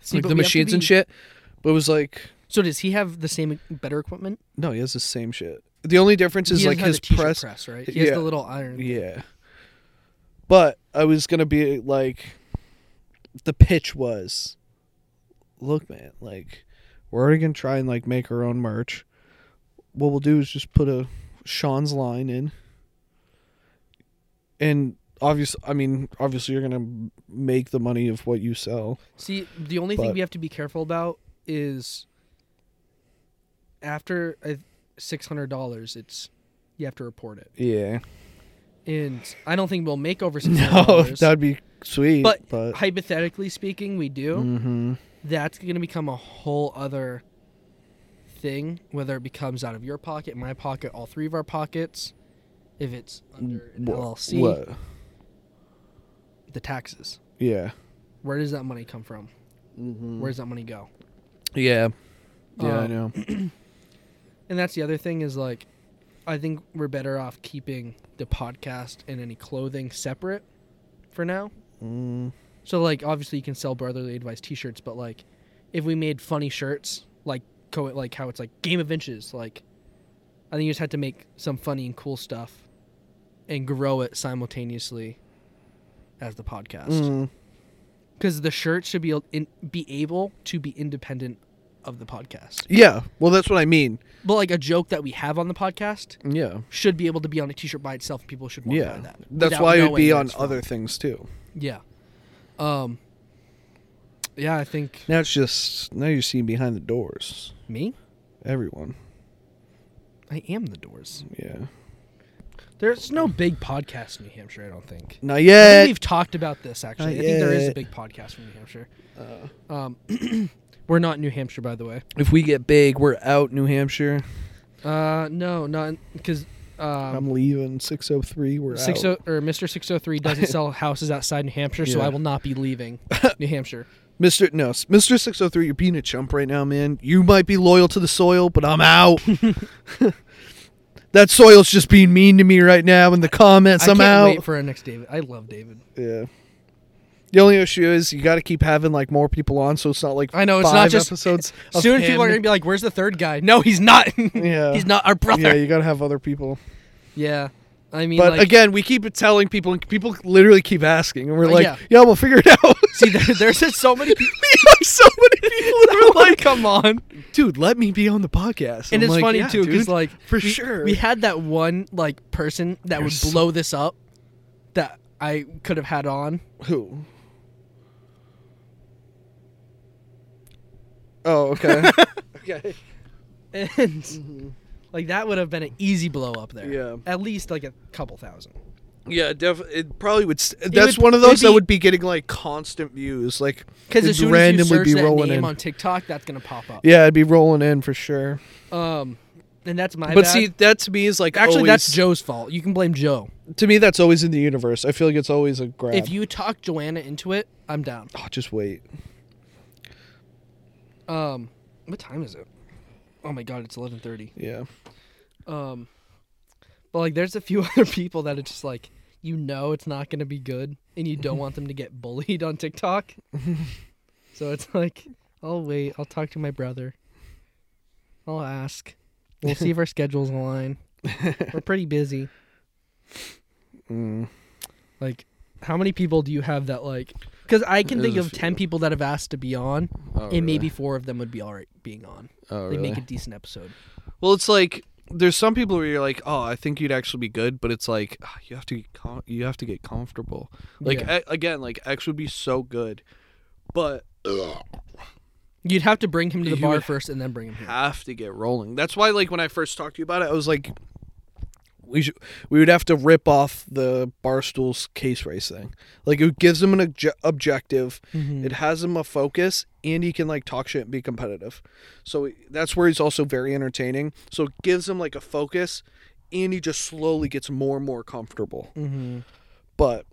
See,
like
but
the
we have to
machines and
be-
shit. But it was like,
So does he have the same better equipment?
no, he has the same shit. The only difference
he
is
doesn't
like
have
his
the t-shirt
press.
press, right? He has
yeah.
the little iron.
Yeah. But I was gonna be like, the pitch was, look, man, like, we're already gonna try and like make our own merch. What we'll do is just put a Sean's line in, and obvious. I mean, obviously, you're gonna make the money of what you sell.
See, the only
But-
thing we have to be careful about is after six hundred dollars, it's you have to report it,
Yeah.
and I don't think we'll make over six hundred
No,
dollars.
that'd be sweet. But,
But- Hypothetically speaking, we do.
Mhm.
That's going to become a whole other thing, whether it becomes out of your pocket, my pocket, all three of our pockets. If it's under an
Wha-
LLC,
what?
the taxes.
Yeah.
Where does that money come from?
Hmm.
Where does that money go?
Yeah. Mm-hmm. Uh, Yeah, I
Um,
know.
And that's the other thing is like, I think we're better off keeping the podcast and any clothing separate for now.
Mm.
So like, obviously you can sell brotherly advice T-shirts, but like, if we made funny shirts like co like how it's like Game of Inches, like, I think you just had to make some funny and cool stuff, and grow it simultaneously as the podcast
Mm.
because the shirt should be able- in, be able to be independent of the podcast.
Yeah. Well, that's what I mean.
But like a joke that we have on the podcast
Yeah.
should be able to be on a t-shirt by itself and people should want to
Yeah.
buy that.
That's
without
why it
knowing
would be
that
on
it's
other
wrong.
things too.
Yeah. Um Yeah, I think
Now it's just now you're seeing behind the doors.
me?
Everyone.
I am the doors.
Yeah.
There's no big podcast in New Hampshire, I don't think.
Not
I think
yet.
we've talked about this actually. I think there is a
yet.
big podcast from New Hampshire.
Uh,
Um We're not New Hampshire, by the way.
if we get big, we're out New Hampshire.
Uh, no, not because um,
I'm leaving 603. We're
six
out.
o or Mister Six O Three doesn't sell houses outside New Hampshire, so
Yeah.
I will not be leaving New Hampshire.
Mr. No, s- Mr. 603, you're being a chump right now, man. You might be loyal to the soil, but I'm out. that soil's just being mean to me right now in the comments.
I
am
can't
out.
wait for our next David. I love David.
Yeah. The only issue is you got to keep having like more people on, so it's not like
I know, it's
five
not just-
episodes. of
Soon people are
him.
gonna be like, "Where's the third guy?" No, he's not.
yeah,
he's not our
yeah.
brother. Yeah.
You got to have other people.
I mean,
But
like,
again, we keep telling people, and people literally keep asking, and we're
Uh,
like,
yeah.
yeah. we'll figure it out."
see, there, there's just so many people.
we have so many people who are like,
come on.
"Dude, let me be on the podcast."
And
I'm
it's
like,
funny
"Yeah,
too, because
dude,
like
for
we-
sure,
we had that one like person that
You're
would
so-
blow this up that I could have had on.
who? Oh, okay, okay,
And like that would have been an easy blow up there.
Mm-hmm. Yeah.
At least like a couple thousand.
yeah. Def- it probably would. St- that's
would-
one of those
it'd
that
be-
would be getting like constant views, like
Because
it'd
as soon as you
randomly
search
be
that
rolling
name
in.
on TikTok, that's gonna pop up.
yeah, it'd be rolling in for sure.
Um, and that's my.
but
bad.
see, that to me is like
actually, that's
always-
Joe's fault. You can blame Joe.
to me that's always in the universe. I feel like it's always a grab.
If you talk Joanna into it, I'm down.
oh, just wait.
Um, what time is it? Oh my god, it's eleven thirty.
Yeah.
Um, but like, there's a few other people that are just like, you know, it's not gonna be good, and you don't want them to get bullied on TikTok. so it's like, I'll wait. I'll talk to my brother. I'll ask. We'll see if our schedules align. We're pretty busy.
Mm.
Like, how many people do you have that like? Because I can think
There's a
of ten people that have asked to be on,
Oh,
and maybe four of them would be all right being on.
Oh,
They
really?
make a decent episode.
well, it's like there's some people where you're like, oh, I think you'd actually be good, but it's like ah, you have to get com- you have to get comfortable. Like
Yeah.
a- again, like X would be so good, but
You'd have to bring him to the
You
bar
would
first, and then bring him here.
have to get rolling. That's why, like when I first talked to you about it, I was like, we should we would have to rip off the barstool's case race thing. Like it gives them an obje- objective.
Mm-hmm.
It has him a focus, and he can like talk shit and be competitive. So that's where he's also very entertaining. So it gives him like a focus, and he just slowly gets more and more comfortable.
Mm-hmm.
But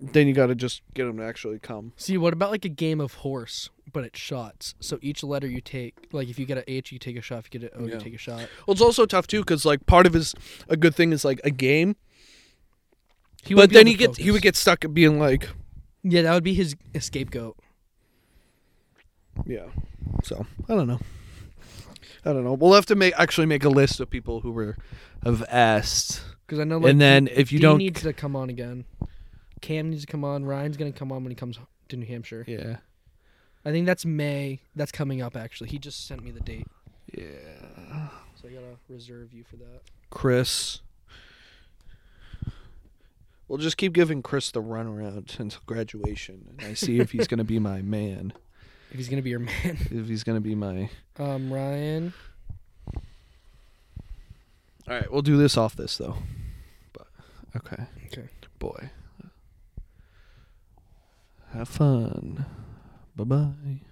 then you got to just get him to actually come.
See, what about like a game of horse, but it's shots? So each letter you take, like if you get an H, you take a shot. If you get an O,
Yeah.
you take a shot.
Well, it's also tough too because like part of his a good thing is like a game,
He
but
wouldn't be
then he
able to
gets he
focus.
would get stuck at being like
Yeah, that would be his scapegoat.
yeah. So I don't know. I don't know. We'll have to make actually make a list of people who were have asked,
Because I know, like,
and then if you
Dean
don't,
needs to come on again. Cam needs to come on. Ryan's gonna come on when he comes to New Hampshire.
yeah.
I think that's May. That's coming up actually. He just sent me the date,
Yeah.
so I gotta reserve you for that.
Chris. We'll just keep giving Chris the runaround until graduation, and I see if he's gonna be my man,
If he's gonna be your man,
if he's gonna be my.
um, Ryan.
All right, we'll do this off this though. But okay,
Okay.
boy. Have fun. Bye bye.